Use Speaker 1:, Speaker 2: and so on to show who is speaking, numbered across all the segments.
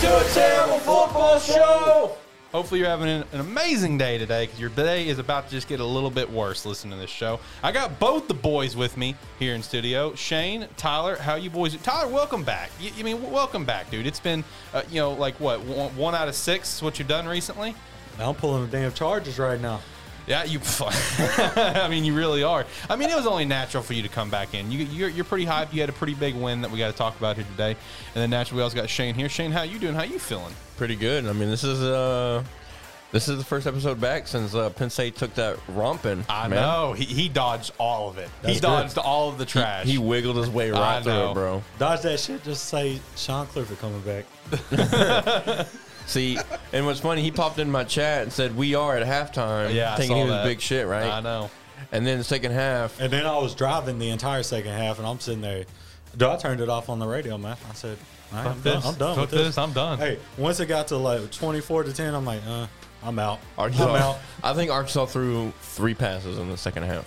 Speaker 1: Good Terrible Football Show.
Speaker 2: Hopefully, you're having an, an amazing day today because your day is about to just get a little bit worse listening to this show. I got both the boys with me here in studio. Shane, Tyler, how you boys? Tyler, welcome back. You, you mean, welcome back, dude. It's been, uh, you know, like what, one, one out of six is what you've done recently?
Speaker 1: Now I'm pulling the damn charges right now.
Speaker 2: Yeah, you. I mean, you really are. I mean, it was only natural for you to come back in. You, you're, you're pretty hyped. You had a pretty big win that we got to talk about here today, and then naturally, we also got Shane here. Shane, how you doing? How you feeling?
Speaker 3: pretty good. I mean, this is uh, this is the first episode back since uh, Penn State took that romping.
Speaker 2: I
Speaker 3: man.
Speaker 2: know he, he dodged all of it. he
Speaker 3: That's
Speaker 2: dodged all of the trash.
Speaker 3: He wiggled his way
Speaker 2: I
Speaker 3: right through
Speaker 2: know.
Speaker 3: it, bro.
Speaker 1: Dodge that shit. Just say Sean Clifford coming back.
Speaker 3: See, and what's funny, he popped in my chat and said, "We are at halftime."
Speaker 2: Yeah, I
Speaker 3: thinking he
Speaker 2: saw
Speaker 3: was
Speaker 2: that.
Speaker 3: big shit, right?
Speaker 2: I know.
Speaker 3: And then the second half,
Speaker 1: And then I was driving the entire second half, and I'm sitting there. Dude, I turned it off on the radio, man. I said, All right, I'm, done. I'm done with this.
Speaker 2: I'm done.
Speaker 1: Hey, once it got to like 24 to 10, I'm like, uh, I'm out.
Speaker 3: Arkansas.
Speaker 1: I'm out.
Speaker 3: I think Arkansas threw three passes in the second half.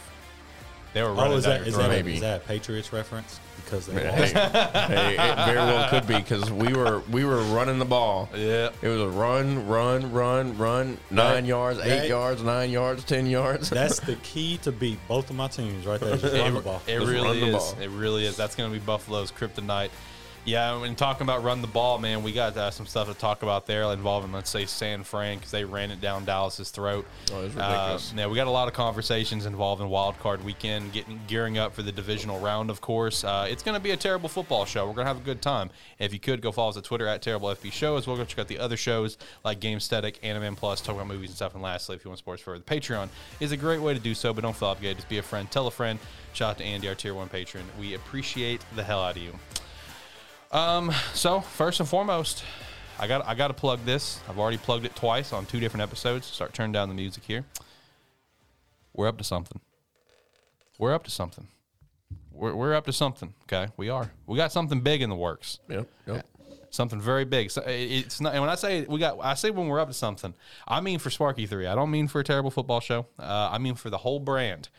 Speaker 2: they were running
Speaker 1: Oh, is
Speaker 2: down
Speaker 1: that,
Speaker 2: your
Speaker 1: is,
Speaker 2: throat.
Speaker 1: that,
Speaker 3: maybe.
Speaker 1: is that a Patriots reference? Because they
Speaker 3: Hey,
Speaker 1: lost.
Speaker 3: hey, it very well could be because we were we were running the ball.
Speaker 2: Yeah.
Speaker 3: It was a run, run, run, run, nine yards, eight
Speaker 1: That-
Speaker 3: yards, nine yards, ten yards.
Speaker 1: That's the key to beat both of my teams right there. Just run the ball.
Speaker 2: It
Speaker 3: Just
Speaker 2: really
Speaker 3: run the
Speaker 2: is.
Speaker 3: ball.
Speaker 2: It really is. That's going to be Buffalo's kryptonite. Yeah, when talking about run the ball, man, we got uh, some stuff to talk about there involving, let's say, San Fran because they ran it down Dallas's throat.
Speaker 3: Oh, it was ridiculous.
Speaker 2: Uh, yeah, we got a lot of conversations involving Wild Card Weekend, getting gearing up for the divisional round. Of course, uh, it's going to be a terrible football show. We're going to have a good time. If you could go follow us at Twitter at Terrible FB Show, as well go check out the other shows like Game Static, Anime Plus, talking about movies and stuff. And lastly, if you want sports for the Patreon is a great way to do so. But don't feel obligated. Just be a friend, tell a friend. Shout out to Andy, our tier one patron. We appreciate the hell out of you. Um, So first and foremost, I got I got to plug this. I've already plugged it twice on two different episodes. Start turning down the music here. We're up to something. We're up to something. We're, we're up to something. Okay, we are. We got something big in the works.
Speaker 3: Yep, yep.
Speaker 2: Something very big. So it- it's not. And when I say we got, I say when we're up to something, I mean for Sparky Three. I don't mean for a terrible football show. Uh, I mean for the whole brand.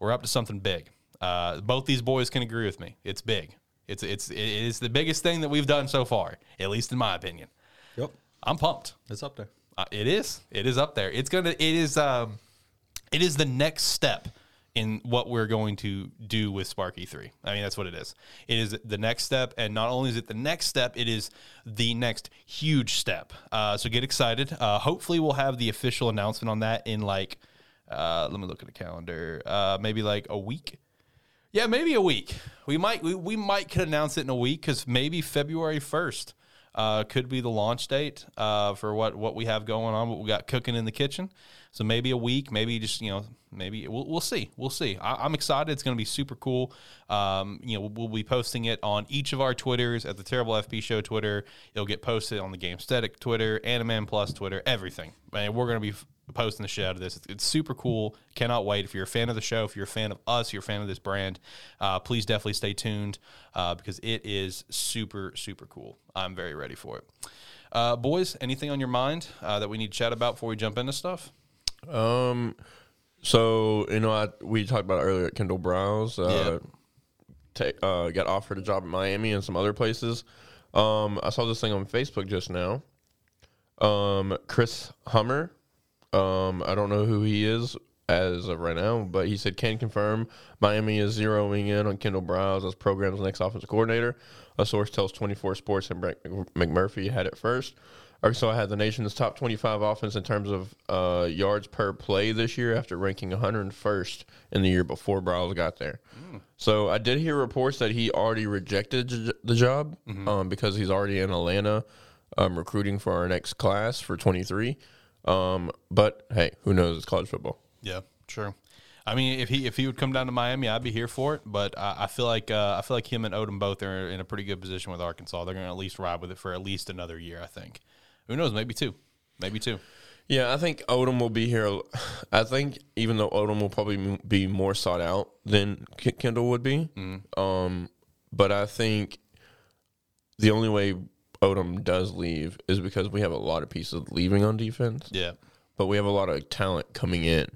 Speaker 2: We're up to something big. Uh, both these boys can agree with me. It's big. It's it's it is the biggest thing that we've done so far, at least in my opinion.
Speaker 1: Yep.
Speaker 2: I'm pumped.
Speaker 1: It's up there.
Speaker 2: Uh, it is. It is up there. It's gonna. It is. Um, it is the next step in what we're going to do with Sparky Three. I mean, that's what it is. It is the next step, and not only is it the next step, it is the next huge step. Uh, so get excited. Uh, hopefully, we'll have the official announcement on that in like. Uh, let me look at the calendar. Uh, maybe like a week. Yeah, maybe a week. We might we, we might could announce it in a week because maybe February first uh, could be the launch date uh, for what what we have going on, what we got cooking in the kitchen. So maybe a week, maybe just you know, maybe we'll, we'll see, we'll see. I, I'm excited. It's going to be super cool. Um, you know, we'll, we'll be posting it on each of our Twitters at the Terrible FP Show Twitter. It'll get posted on the Game Static Twitter, Animan Plus Twitter, everything. And we're going to be f- posting the shit out of this. It's, it's super cool. Cannot wait. If you're a fan of the show, if you're a fan of us, you're a fan of this brand, uh, please definitely stay tuned uh, because it is super, super cool. I'm very ready for it. Uh, boys, anything on your mind uh, that we need to chat about before we jump into stuff?
Speaker 3: Um, so you know, I we talked about earlier at Kendall Browse. Uh, ta- uh, got offered a job in Miami and some other places. Um, I saw this thing on Facebook just now. Um, Chris Hummer. Um, I don't know who he is as of right now, but he said can confirm Miami is zeroing in on Kendall Browse as program's next offensive coordinator. A source tells 24 Sports and Brett McMurphy had it first. Arkansas had the nation's top 25 offense in terms of uh, yards per play this year after ranking 101st in the year before Browse got there. So I did hear reports that he already rejected j- the job um, because he's already in Atlanta um, recruiting for our next class for 23. Um, but hey, who knows? It's college football.
Speaker 2: Yeah, sure. I mean, if he if he would come down to Miami, I'd be here for it. But I, I feel like uh, I feel like him and Odom both are in a pretty good position with Arkansas. They're going to at least ride with it for at least another year. I think. Who knows? Maybe two. Maybe two.
Speaker 3: Yeah, I think Odom will be here. I think even though Odom will probably m- be more sought out than K- Kendall would be, um, but I think the only way Odom does leave is because we have a lot of pieces leaving on defense.
Speaker 2: Yeah.
Speaker 3: but we have a lot of talent coming in.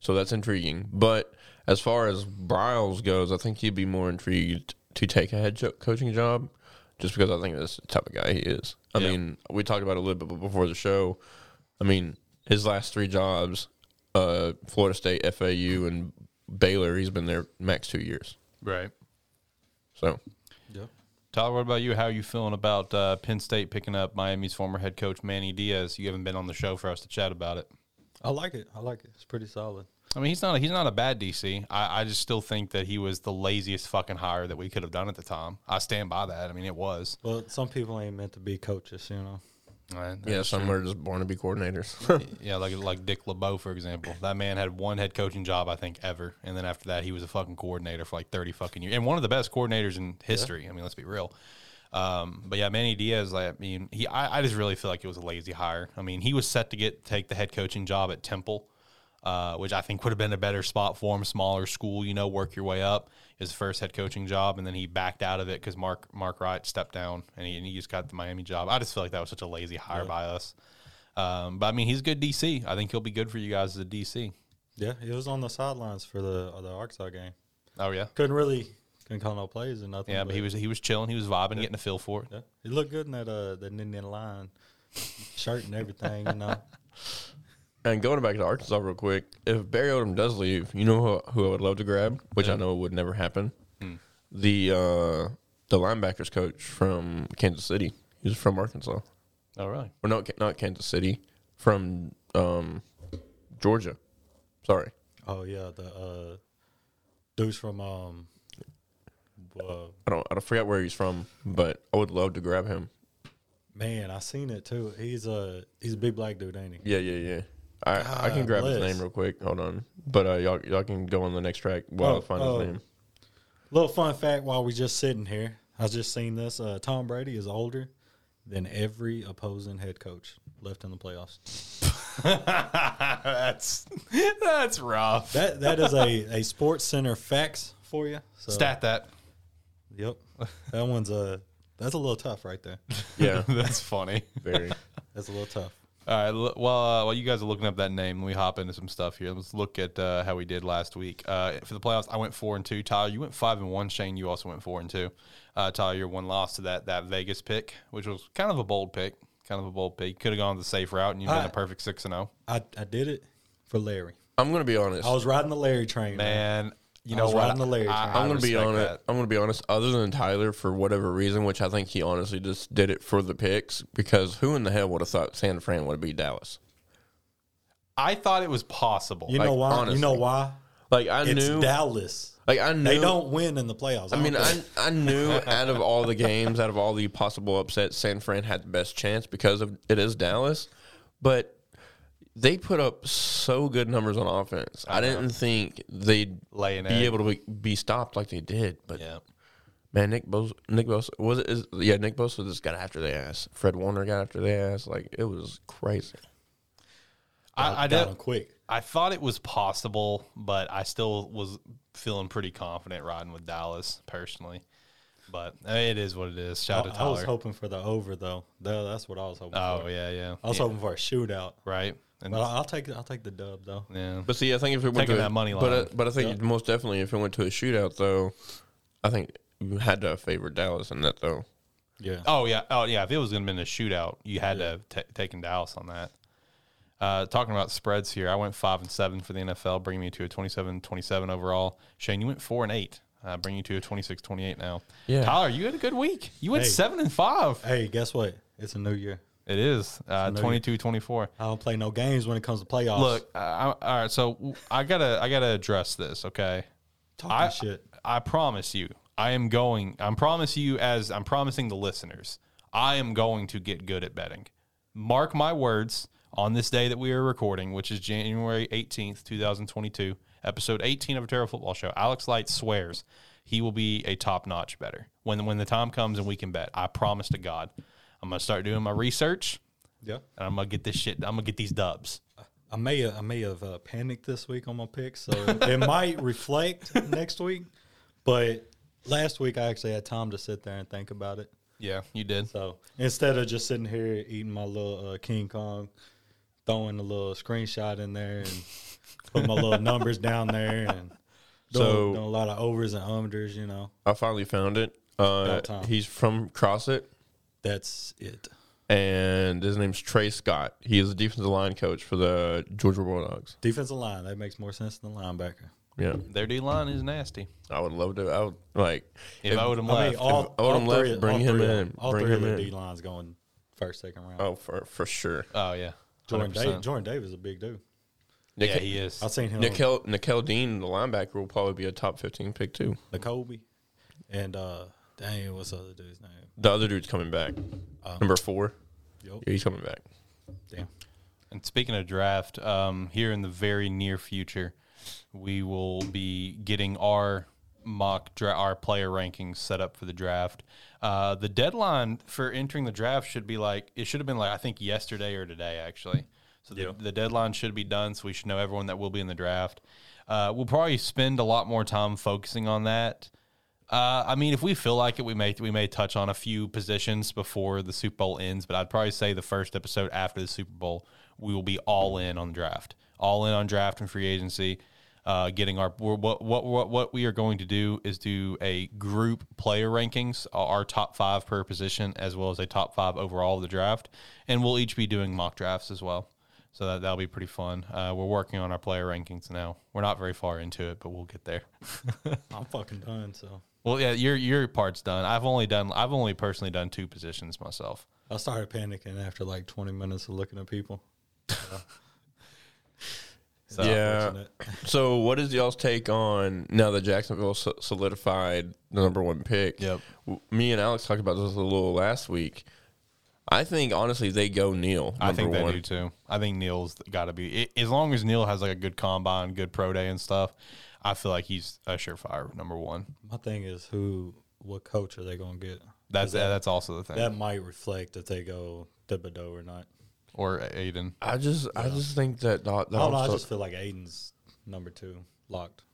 Speaker 3: So that's intriguing. But as far as Bryles goes, I think he'd be more intrigued to take a head jo- coaching job just because I think that's the type of guy he is. I
Speaker 2: Yeah.
Speaker 3: mean, we talked about it a little bit before the show. I mean, his last three jobs, uh, Florida State, FAU, and Baylor, he's been there max two years.
Speaker 2: Right.
Speaker 3: So
Speaker 1: Yep.
Speaker 2: Todd, what about you? How are you feeling about uh, Penn State picking up Miami's former head coach Manny Diaz? You haven't been on the show for us to chat about it.
Speaker 1: I like it. I like it. It's pretty solid.
Speaker 2: I mean, he's not a, he's not a bad DC. I, I just still think that he was the laziest fucking hire that we could have done at the time. I stand by that. I mean, it was.
Speaker 1: Well, some people ain't meant to be coaches, you know.
Speaker 2: Uh,
Speaker 3: yeah, some are just born to be coordinators.
Speaker 2: yeah, like like Dick LeBeau, for example. That man had one head coaching job, I think, ever, and then after that, he was a fucking coordinator for like thirty fucking years, and one of the best coordinators in history. I mean, let's be real. Um, but yeah, Manny Diaz. Like, I mean, he. I, I just really feel like it was a lazy hire. I mean, he was set to get take the head coaching job at Temple, uh, which I think would have been a better spot for him, smaller school. You know, work your way up. His first head coaching job, and then he backed out of it because Mark Mark Wright stepped down, and he, and he just got the Miami job. I just feel like that was such a lazy hire by us. Um, but I mean, he's a good DC. I think he'll be good for you guys as a DC.
Speaker 1: Yeah, he was on the sidelines for the uh, the Arkansas game.
Speaker 2: Oh yeah,
Speaker 1: Couldn't really couldn't call no plays or nothing.
Speaker 2: yeah. But he was he was chilling. He was vibing, getting a feel for it.
Speaker 1: yeah, he looked good in that uh that Indian line shirt and everything, you know.
Speaker 3: and going back to Arkansas real quick, if Barry Odom does leave, you know who, who I would love to grab, which I know would never happen. The uh, the linebackers coach from Kansas City. He's from Arkansas.
Speaker 2: All right.
Speaker 3: or not Ca- not Kansas City, from um, Georgia. Sorry,
Speaker 1: Oh yeah, the uh dudes from um uh,
Speaker 3: I don't I don't forget where he's from, but I would love to grab him.
Speaker 1: man, I seen it too. He's a he's a big black dude, ain't he?
Speaker 3: Yeah, yeah, yeah. I, I can
Speaker 1: God
Speaker 3: grab his
Speaker 1: bless.
Speaker 3: name real quick. Hold on, but uh, y'all y'all can go on the next track while I
Speaker 1: Oh,
Speaker 3: find
Speaker 1: oh.
Speaker 3: his name.
Speaker 1: Little fun fact while we just sitting here, I just seen this. Uh, Tom Brady is older than every opposing head coach left in the playoffs.
Speaker 2: that's that's rough.
Speaker 1: That that is a a Sports Center facts for you. So,
Speaker 2: Stat that.
Speaker 1: Yep, that one's a that's a little tough right there.
Speaker 3: Yeah,
Speaker 2: that's funny.
Speaker 3: very.
Speaker 1: That's a little tough.
Speaker 2: All right. l- Well, uh, while you guys are looking up that name, let me hop into some stuff here. Let's look at uh, how we did last week uh, for the playoffs. I went four and two. Tyler, you went five and one. Shane, you also went four and two. Uh, Tyler, your one loss to that that Vegas pick, which was kind of a bold pick, kind of a bold pick. Could have gone the safe route, and you've been
Speaker 1: I-
Speaker 2: a perfect six and oh. zero.
Speaker 1: I I did it for Larry.
Speaker 3: I'm gonna be honest.
Speaker 1: I was riding the Larry train. man.
Speaker 2: Man, you
Speaker 1: I
Speaker 2: know
Speaker 1: was
Speaker 2: what?
Speaker 1: riding the Larry train.
Speaker 3: I'm gonna be
Speaker 2: respect
Speaker 3: on
Speaker 2: that.
Speaker 3: it. I'm gonna be honest. Other than Tyler, for whatever reason, which I think he honestly just did it for the picks, because who in the hell would have thought San Fran would be Dallas?
Speaker 2: I thought it was possible.
Speaker 1: You know
Speaker 3: like,
Speaker 1: why? You know
Speaker 3: honestly.
Speaker 1: why?
Speaker 3: Like I
Speaker 1: It's
Speaker 3: knew,
Speaker 1: Dallas.
Speaker 3: like I knew
Speaker 1: They don't win in the playoffs.
Speaker 3: I mean, I, I knew out of all the games, out of all the possible upsets, San Fran had the best chance because of it is Dallas, but they put up so good numbers on offense. I, didn't think they'd
Speaker 2: Lay an
Speaker 3: be
Speaker 2: egg.
Speaker 3: able to be, be stopped like they did. But
Speaker 2: yeah.
Speaker 3: man, Nick Bosa, Nick Bosa was it? Is, yeah, Nick Bosa just got after the ass. Fred Warner got after the ass. Like it was crazy.
Speaker 2: I, I,
Speaker 1: got
Speaker 2: did,
Speaker 1: him quick.
Speaker 2: I thought it was possible, but I still was feeling pretty confident riding with Dallas personally. But eh, it is what it is.
Speaker 1: I,
Speaker 2: Shout out to
Speaker 1: I was
Speaker 2: Tyler.
Speaker 1: hoping for the over though. Tha- That's what I was hoping.
Speaker 2: oh
Speaker 1: for.
Speaker 2: yeah, yeah,
Speaker 1: I was
Speaker 2: Yeah,
Speaker 1: hoping for a shootout.
Speaker 2: right. And
Speaker 1: But I- I'll take I'll take the dub though.
Speaker 2: yeah,
Speaker 3: But see, I think if it went
Speaker 2: Taking
Speaker 3: to a-
Speaker 2: that money
Speaker 3: but
Speaker 2: line.
Speaker 3: I, but I think most definitely if it went to a shootout though, I think you had to favor Dallas in that though.
Speaker 1: Yeah.
Speaker 2: oh yeah, oh yeah. If it was going to be in a shootout, you had to have ta- taken Dallas on that. Uh, talking about spreads here, I went five and seven for the NFL, bringing me to a 27-27 overall. Shane, you went four and eight, uh, bringing you to a 26-28 now.
Speaker 3: Yeah.
Speaker 2: Tyler, you had a good week. You went
Speaker 1: Hey.
Speaker 2: seven and five.
Speaker 1: Hey, guess what? It's a new year.
Speaker 2: It is uh,
Speaker 1: no, you-
Speaker 2: 22 24.
Speaker 1: I don't play no games when it comes to playoffs.
Speaker 2: Look, uh, I, all right, so w- I gotta I gotta address this, okay?
Speaker 1: talking
Speaker 2: I-
Speaker 1: shit.
Speaker 2: I promise you, I am going. I'm promise you as I'm promising the listeners, I am going to get good at betting. Mark my words on this day that we are recording, which is January 18th, 2022, episode 18 of a Terra Football Show. Alex Light swears he will be a top notch better when when the time comes and we can bet. I promise to God, I'm gonna start doing my research
Speaker 1: Yeah.
Speaker 2: and I'm gonna get this shit. I'm gonna get these dubs.
Speaker 1: I may I may have uh, panicked this week on my picks, so it might reflect next week. But last week I actually had time to sit there and think about it.
Speaker 2: Yeah, you did.
Speaker 1: So instead of just sitting here eating my little uh, King Kong, throwing a little screenshot in there and put my little numbers down there and doing,
Speaker 3: So-
Speaker 1: doing a lot of overs and unders, you know.
Speaker 3: I finally found it. Uh,
Speaker 1: About time.
Speaker 3: he's from CrossFit,
Speaker 1: That's it.
Speaker 3: and his name's Trey Scott. He is a defensive line coach for the Georgia Bulldogs.
Speaker 1: Defensive line. That makes more sense than linebacker.
Speaker 3: Yeah,
Speaker 2: Their D line is nasty.
Speaker 3: I would love to. I would like.
Speaker 2: If, I would have
Speaker 1: I
Speaker 2: left,
Speaker 1: mean, all,
Speaker 3: If Odom
Speaker 1: all
Speaker 3: left,
Speaker 1: three,
Speaker 3: bring
Speaker 1: all
Speaker 3: him
Speaker 1: three of
Speaker 3: in.
Speaker 1: them- All
Speaker 3: Bring
Speaker 1: three of
Speaker 3: him
Speaker 1: the
Speaker 3: in.
Speaker 1: D lines going first, second round.
Speaker 3: Oh, for for sure.
Speaker 2: oh yeah,
Speaker 1: Jordan,
Speaker 2: 100%.
Speaker 1: Davis, Jordan Davis is a big dude.
Speaker 3: Nick,
Speaker 2: yeah, he is.
Speaker 1: I've seen him. on
Speaker 3: Nickel, Nickel Dean, the linebacker, will probably be a top fifteen pick too.
Speaker 1: the Kobe, and uh, dang, what's the other dude's name?
Speaker 3: The other dude's coming back.
Speaker 2: Oh.
Speaker 3: Number four.
Speaker 1: Yup.
Speaker 3: Yeah, he's coming back.
Speaker 1: Damn.
Speaker 2: And speaking of draft, um, here in the very near future, we will be getting our mock dra- our player rankings set up for the draft. Uh, the deadline for entering the draft should be like it should have been like I think yesterday or today actually. So the, the deadline should be done, so we should know everyone that will be in the draft. Uh, we'll probably spend a lot more time focusing on that. Uh, I mean, if we feel like it, we may we may touch on a few positions before the Super Bowl ends. But I'd probably say the first episode after the Super Bowl, we will be all in on draft, all in on draft and free agency. Uh, getting our we're- what what what what we are going to do is do a group player rankings, uh, our top five per position, as well as a top five overall of the draft, and we'll each be doing mock drafts as well. So that that'll be pretty fun. Uh, we're working on our player rankings now. We're not very far into it, but we'll get there.
Speaker 1: I'm fucking done. So
Speaker 2: Well, yeah, your your part's done. I've only done I've only personally done two positions myself.
Speaker 1: I started panicking after like 20 minutes of looking at people.
Speaker 2: So
Speaker 3: yeah.
Speaker 1: Unfortunate.
Speaker 3: So, what is y'all's take on now that Jacksonville so- solidified the number one pick?
Speaker 2: Yep.
Speaker 3: W- Me and Alex talked about this a little last week. I think honestly they go Neil.
Speaker 2: I think
Speaker 3: number
Speaker 2: they
Speaker 3: one.
Speaker 2: do too. I think Neil's got to be i as long as Neil has like a good combine, good pro day and stuff. I feel like he's a surefire number one.
Speaker 1: My thing is who, what coach are they going to get?
Speaker 2: That's that's also the thing.
Speaker 1: That might reflect if they go Thibodeau or not.
Speaker 2: or Aiden.
Speaker 3: I just, I just think that. That,
Speaker 1: I don't know. I
Speaker 3: offensive-
Speaker 1: just feel like Aiden's number two locked.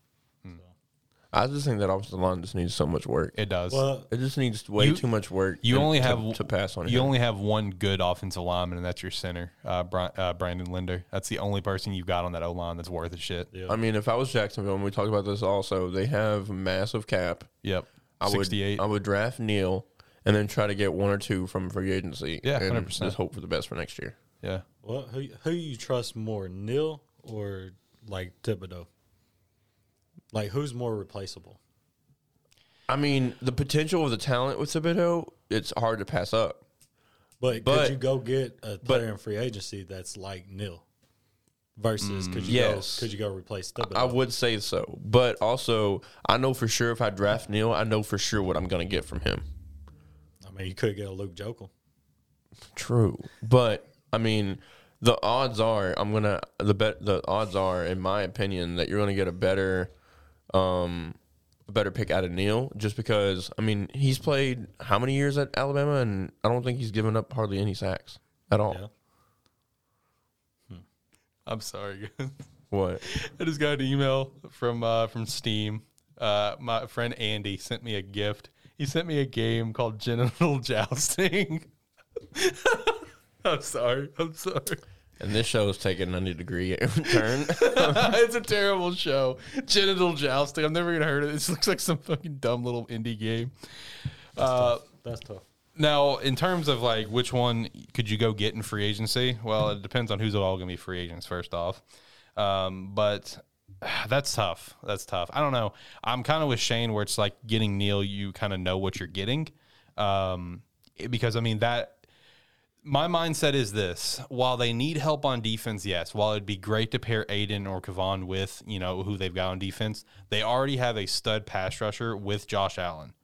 Speaker 3: I just think that offensive line just needs so much work.
Speaker 2: It does.
Speaker 1: Well,
Speaker 3: It just needs way
Speaker 2: You-
Speaker 3: too much work.
Speaker 2: you
Speaker 3: to-
Speaker 2: only
Speaker 3: to-
Speaker 2: have
Speaker 3: to pass on.
Speaker 2: You
Speaker 3: him.
Speaker 2: only have one good offensive lineman, and that's your center, uh, Bri- uh, Brandon Linder. That's the only person you've got on that O line that's worth a shit.
Speaker 1: yeah.
Speaker 3: I mean, if I was Jacksonville, and we talked about this also, they have massive cap.
Speaker 2: Yep.
Speaker 3: I would,
Speaker 2: Sixty-eight.
Speaker 3: I would draft Neil, and then try to get one or two from free agency.
Speaker 2: Yeah,
Speaker 3: and
Speaker 2: 100%.
Speaker 3: Just hope for the best for next year.
Speaker 2: yeah.
Speaker 1: well, who who you trust more, Neil or like Thibodeau? Like who's more replaceable?
Speaker 3: I mean, the potential of the talent with Thibodeau, it's hard to pass up.
Speaker 1: But,
Speaker 3: But-
Speaker 1: could you go get a player in free agency that's like Neil?
Speaker 2: Mm,
Speaker 1: Versus could you
Speaker 3: yes.
Speaker 1: go could you go replace Thibodeau?
Speaker 3: I would say so, but also I know for sure if I draft Neil, I know for sure what I'm going to get from him.
Speaker 1: I mean, you could get a Luke Jokel.
Speaker 3: True, but I mean, the odds are I'm gonna the bet the odds are, in my opinion, that you're gonna get a better, um, a better pick out of Neil just because I mean he's played how many years at Alabama and I don't think he's given up hardly any sacks at all.
Speaker 1: Yeah.
Speaker 2: I'm sorry.
Speaker 3: What?
Speaker 2: I just got an email from uh, from Steam. Uh, my friend Andy sent me a gift. He sent me a game called Genital Jousting. I'm sorry. I'm sorry.
Speaker 3: And this show is taking a 90 degree turn.
Speaker 2: it's a terrible show. Genital Jousting. I've never even heard of it. This looks like some fucking dumb little indie game. Uh,
Speaker 1: That's tough.
Speaker 2: Now, in terms of like which one could you go get in free agency? Well, it depends on who's all going to be free agents first off. Um, but that's tough. That's tough. I don't know. I'm kind of with Shane where it's like getting Neil, you kind of know what you're getting. Um, it- because I mean that my mindset is this: while they need help on defense, yes. While it'd be great to pair Aiden or Kavon with you know who they've got on defense, they already have a stud pass rusher with Josh Allen.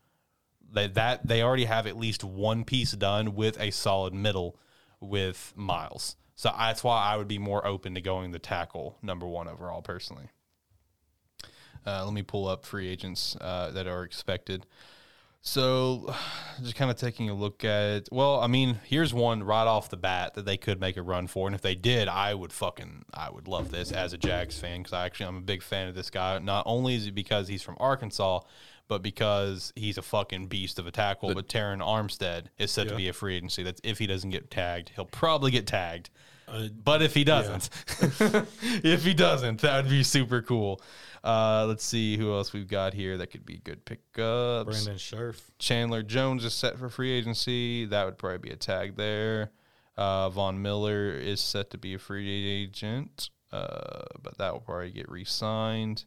Speaker 2: That that they already have at least one piece done with a solid middle with Miles. So that's why I would be more open to going the tackle number one overall personally. Uh, let me pull up free agents uh, that are expected. So, just kind of taking a look at it. Well, I mean, here's one right off the bat that they could make a run for, and if they did, I would fucking I would love this as a Jags fan because I actually I'm a big fan of this guy. Not only is it because he's from Arkansas, but because he's a fucking beast of a tackle. but Taron Armstead is set to
Speaker 1: Yeah.
Speaker 2: be a free agency. That's if he doesn't get tagged, he'll probably get tagged.
Speaker 1: Uh,
Speaker 2: But if he doesn't, if he doesn't, that would be super cool. Uh, let's see who else we've got here that could be good pickups.
Speaker 1: Brandon Scherf.
Speaker 2: Chandler Jones is set for free agency. That would probably be a tag there. Uh, Von Miller is set to be a free agent, uh, but that will probably get re signed.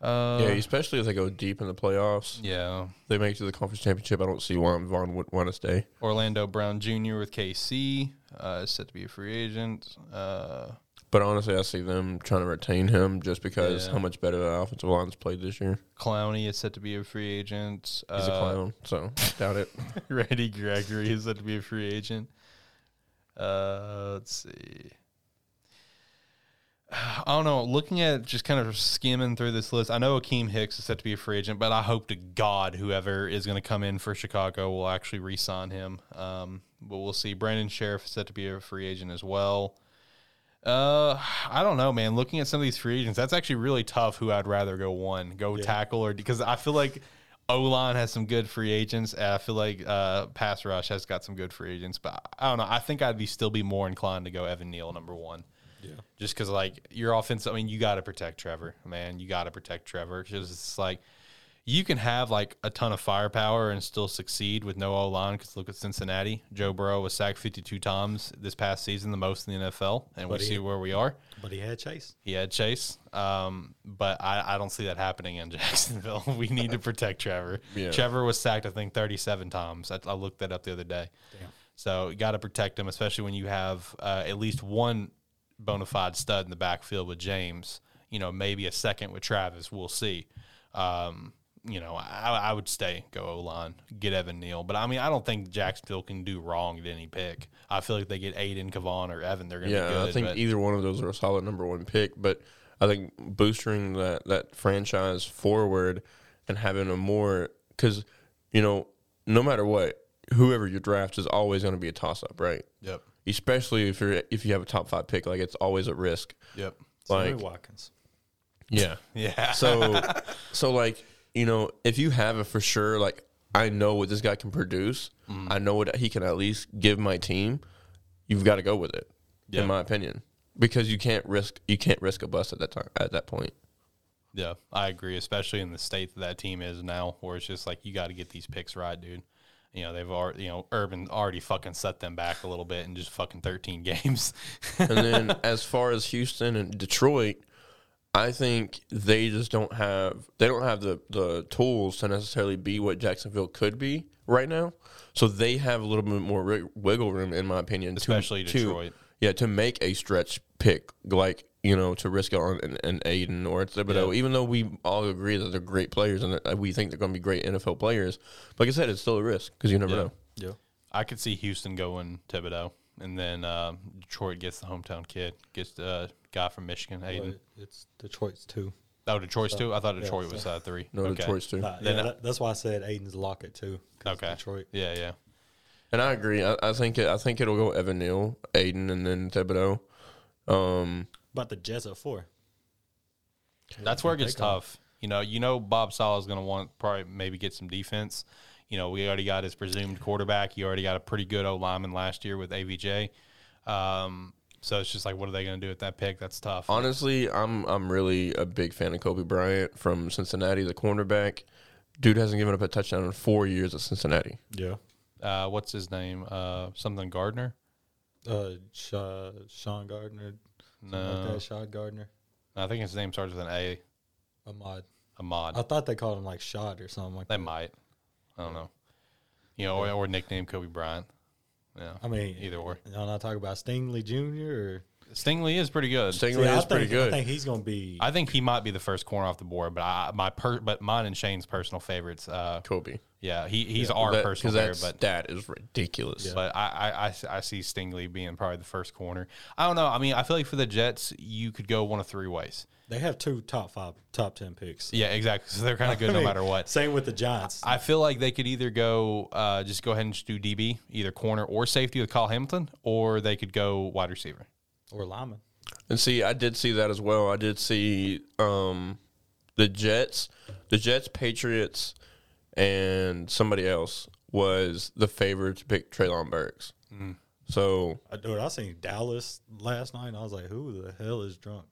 Speaker 2: Uh,
Speaker 3: yeah, especially if they go deep in the playoffs.
Speaker 2: yeah.
Speaker 3: They make it to the conference championship. I don't see why Vaughn would want to stay.
Speaker 2: Orlando Brown Jr. with KC uh, is set to be a free agent. Uh,
Speaker 3: But honestly, I see them trying to retain him just because
Speaker 2: Yeah.
Speaker 3: how much better the offensive line's played this year.
Speaker 2: Clowney is set to be a free agent.
Speaker 3: He's a
Speaker 2: Uh,
Speaker 3: clown, so doubt it.
Speaker 2: Randy Gregory is set to be a free agent. Uh, let's see. I don't know. Looking at just kind of skimming through this list, I know Akeem Hicks is set to be a free agent, but I hope to God whoever is going to come in for Chicago will actually re-sign him. Um, but we'll see. Brandon Sheriff is set to be a free agent as well. Uh, I don't know, man. Looking at some of these free agents, that's actually really tough. Who I'd rather go one, go tackle, or because I feel like O line has some good free agents. And I feel like uh, pass rush has got some good free agents, but I don't know. I think I'd be still be more inclined to go Evan Neal number one.
Speaker 1: Yeah.
Speaker 2: Just because, like, your offense, I mean, you got to protect Trevor, man. You got to protect Trevor. Because it's like, you can have, like, a ton of firepower and still succeed with no O line. Because look at Cincinnati. Joe Burrow was sacked 52 times this past season, the most in the NFL. And we
Speaker 1: But he-
Speaker 2: see where we are.
Speaker 1: But he had Chase.
Speaker 2: He had Chase. Um, but I, I don't see that happening in Jacksonville. we need to protect Trevor.
Speaker 3: Yeah.
Speaker 2: Trevor was sacked, I think, 37 times. I, I looked that up the other day. So you got to protect him, especially when you have uh, at least one bona fide stud in the backfield with James. You know, maybe a second with Travis. We'll see. Um, you know, I, I would stay, go O line, get Evan Neal. But I mean, I don't think Jacksonville can do wrong at any pick. I feel like they get Aiden, Kavan, or Evan, they're going to be
Speaker 3: Yeah,
Speaker 2: good.
Speaker 3: I think E-
Speaker 2: but-
Speaker 3: either one of those are a solid number one pick, but I think boosting that, that franchise forward and having a more because you know no matter what, whoever you draft is always going to be a toss up, right?
Speaker 2: yep.
Speaker 3: Especially if you're if you have a top five pick, like it's always at risk.
Speaker 2: Yep.
Speaker 1: Sammy
Speaker 3: Like
Speaker 1: Watkins.
Speaker 3: yeah,
Speaker 2: Yeah.
Speaker 3: so so like you know if you have it for sure like i know what this guy can produce i know what he can at least give my team you've got to go with it
Speaker 2: Yeah.
Speaker 3: in my opinion because you can't risk you can't risk a bust at that time at that point
Speaker 2: Yeah, I agree, especially in the state that that team is now, where it's just like you got to get these picks right, dude. You know they've already, you know, Urban already fucking set them back a little bit in just fucking thirteen games.
Speaker 3: and then as far as houston and detroit i think they just don't have they don't have the the tools to necessarily be what jacksonville could be right now so they have a little bit more ri- wiggle room in my opinion to-
Speaker 2: Especially
Speaker 3: to-
Speaker 2: Detroit.
Speaker 3: Yeah, to make a stretch pick, like you know, to risk it on an, an Aiden or a Thibodeau, uh, even though we all agree that they're great players and that uh, we think they're going to be great NFL players, like I said, it's still a risk because you never know.
Speaker 1: Yeah.
Speaker 2: I could see Houston going Thibodeau, and then um Detroit gets the hometown kid, gets the uh, guy from Michigan, Aiden.
Speaker 1: But it's Detroit's two.
Speaker 2: Oh, Detroit's too. I thought Detroit was uh, three.
Speaker 3: No,
Speaker 2: okay.
Speaker 3: Detroit's too.
Speaker 1: Nah,
Speaker 2: Then
Speaker 1: yeah,
Speaker 2: I-
Speaker 1: that- that's why I said Aiden's Lockett too. 'cause
Speaker 2: Okay.
Speaker 1: Detroit.
Speaker 2: Yeah, yeah.
Speaker 3: And I agree. I, I think it, I think it'll go Evan Neal, Aiden, and then Thibodeau. Um,
Speaker 1: About the Jets at four.
Speaker 2: That's where it gets
Speaker 1: take on.
Speaker 2: tough. You know, you know Bob Sala is going to want probably maybe get some defense. You know, we already got his presumed quarterback. You already got a pretty good O lineman last year with AVJ. Um, so it's just like, what are they going to do with that pick? That's tough.
Speaker 3: honestly, I'm I'm really a big fan of Kobe Bryant from Cincinnati, the cornerback. Dude hasn't given up a touchdown in four years at Cincinnati.
Speaker 1: Yeah.
Speaker 2: Uh, what's his name? Uh, something Gardner.
Speaker 1: Uh, Sha Sean Gardner. something Like
Speaker 2: No.
Speaker 1: that. Shad Gardner.
Speaker 2: I think his name starts with an A.
Speaker 1: Ahmad.
Speaker 2: Ahmad.
Speaker 1: I thought they called him like Shad or something like
Speaker 2: they
Speaker 1: that.
Speaker 2: might. I don't know. You know, or, or nickname Kobe Bryant. Yeah,
Speaker 1: I mean,
Speaker 2: either or.
Speaker 1: Y'all not talking about Stingley Jr. or
Speaker 2: Stingley is pretty good.
Speaker 3: Stingley
Speaker 1: I
Speaker 3: is pretty
Speaker 1: think-
Speaker 3: good.
Speaker 1: I think he's gonna be.
Speaker 2: I think he might be the first corner off the board, but I, my per, but mine and Shane's personal favorites. Uh,
Speaker 3: Kobe.
Speaker 2: yeah, he, he's our
Speaker 3: That- 'cause
Speaker 2: personal
Speaker 3: that
Speaker 2: favorite, but
Speaker 3: stat is ridiculous.
Speaker 2: but I, I- I s- I see Stingley being probably the first corner. I don't know. I mean, I feel like for the Jets, you could go one of three ways.
Speaker 1: they have two top five, top ten picks.
Speaker 2: Yeah, exactly. So they're kind of good
Speaker 1: I
Speaker 2: no
Speaker 1: mean,
Speaker 2: matter what.
Speaker 1: Same with the Giants.
Speaker 2: I feel like they could either go, uh, just go ahead and just do DB, either corner or safety with Kyle Hamilton, or they could go wide receiver.
Speaker 1: or Lyman.
Speaker 3: And see, I did see that as well. I did see um, the Jets, the Jets, Patriots, and somebody else was the favorite to pick Traylon Burks. So
Speaker 1: I, dude, I seen Dallas last night, and I was like, "Who the hell is drunk?"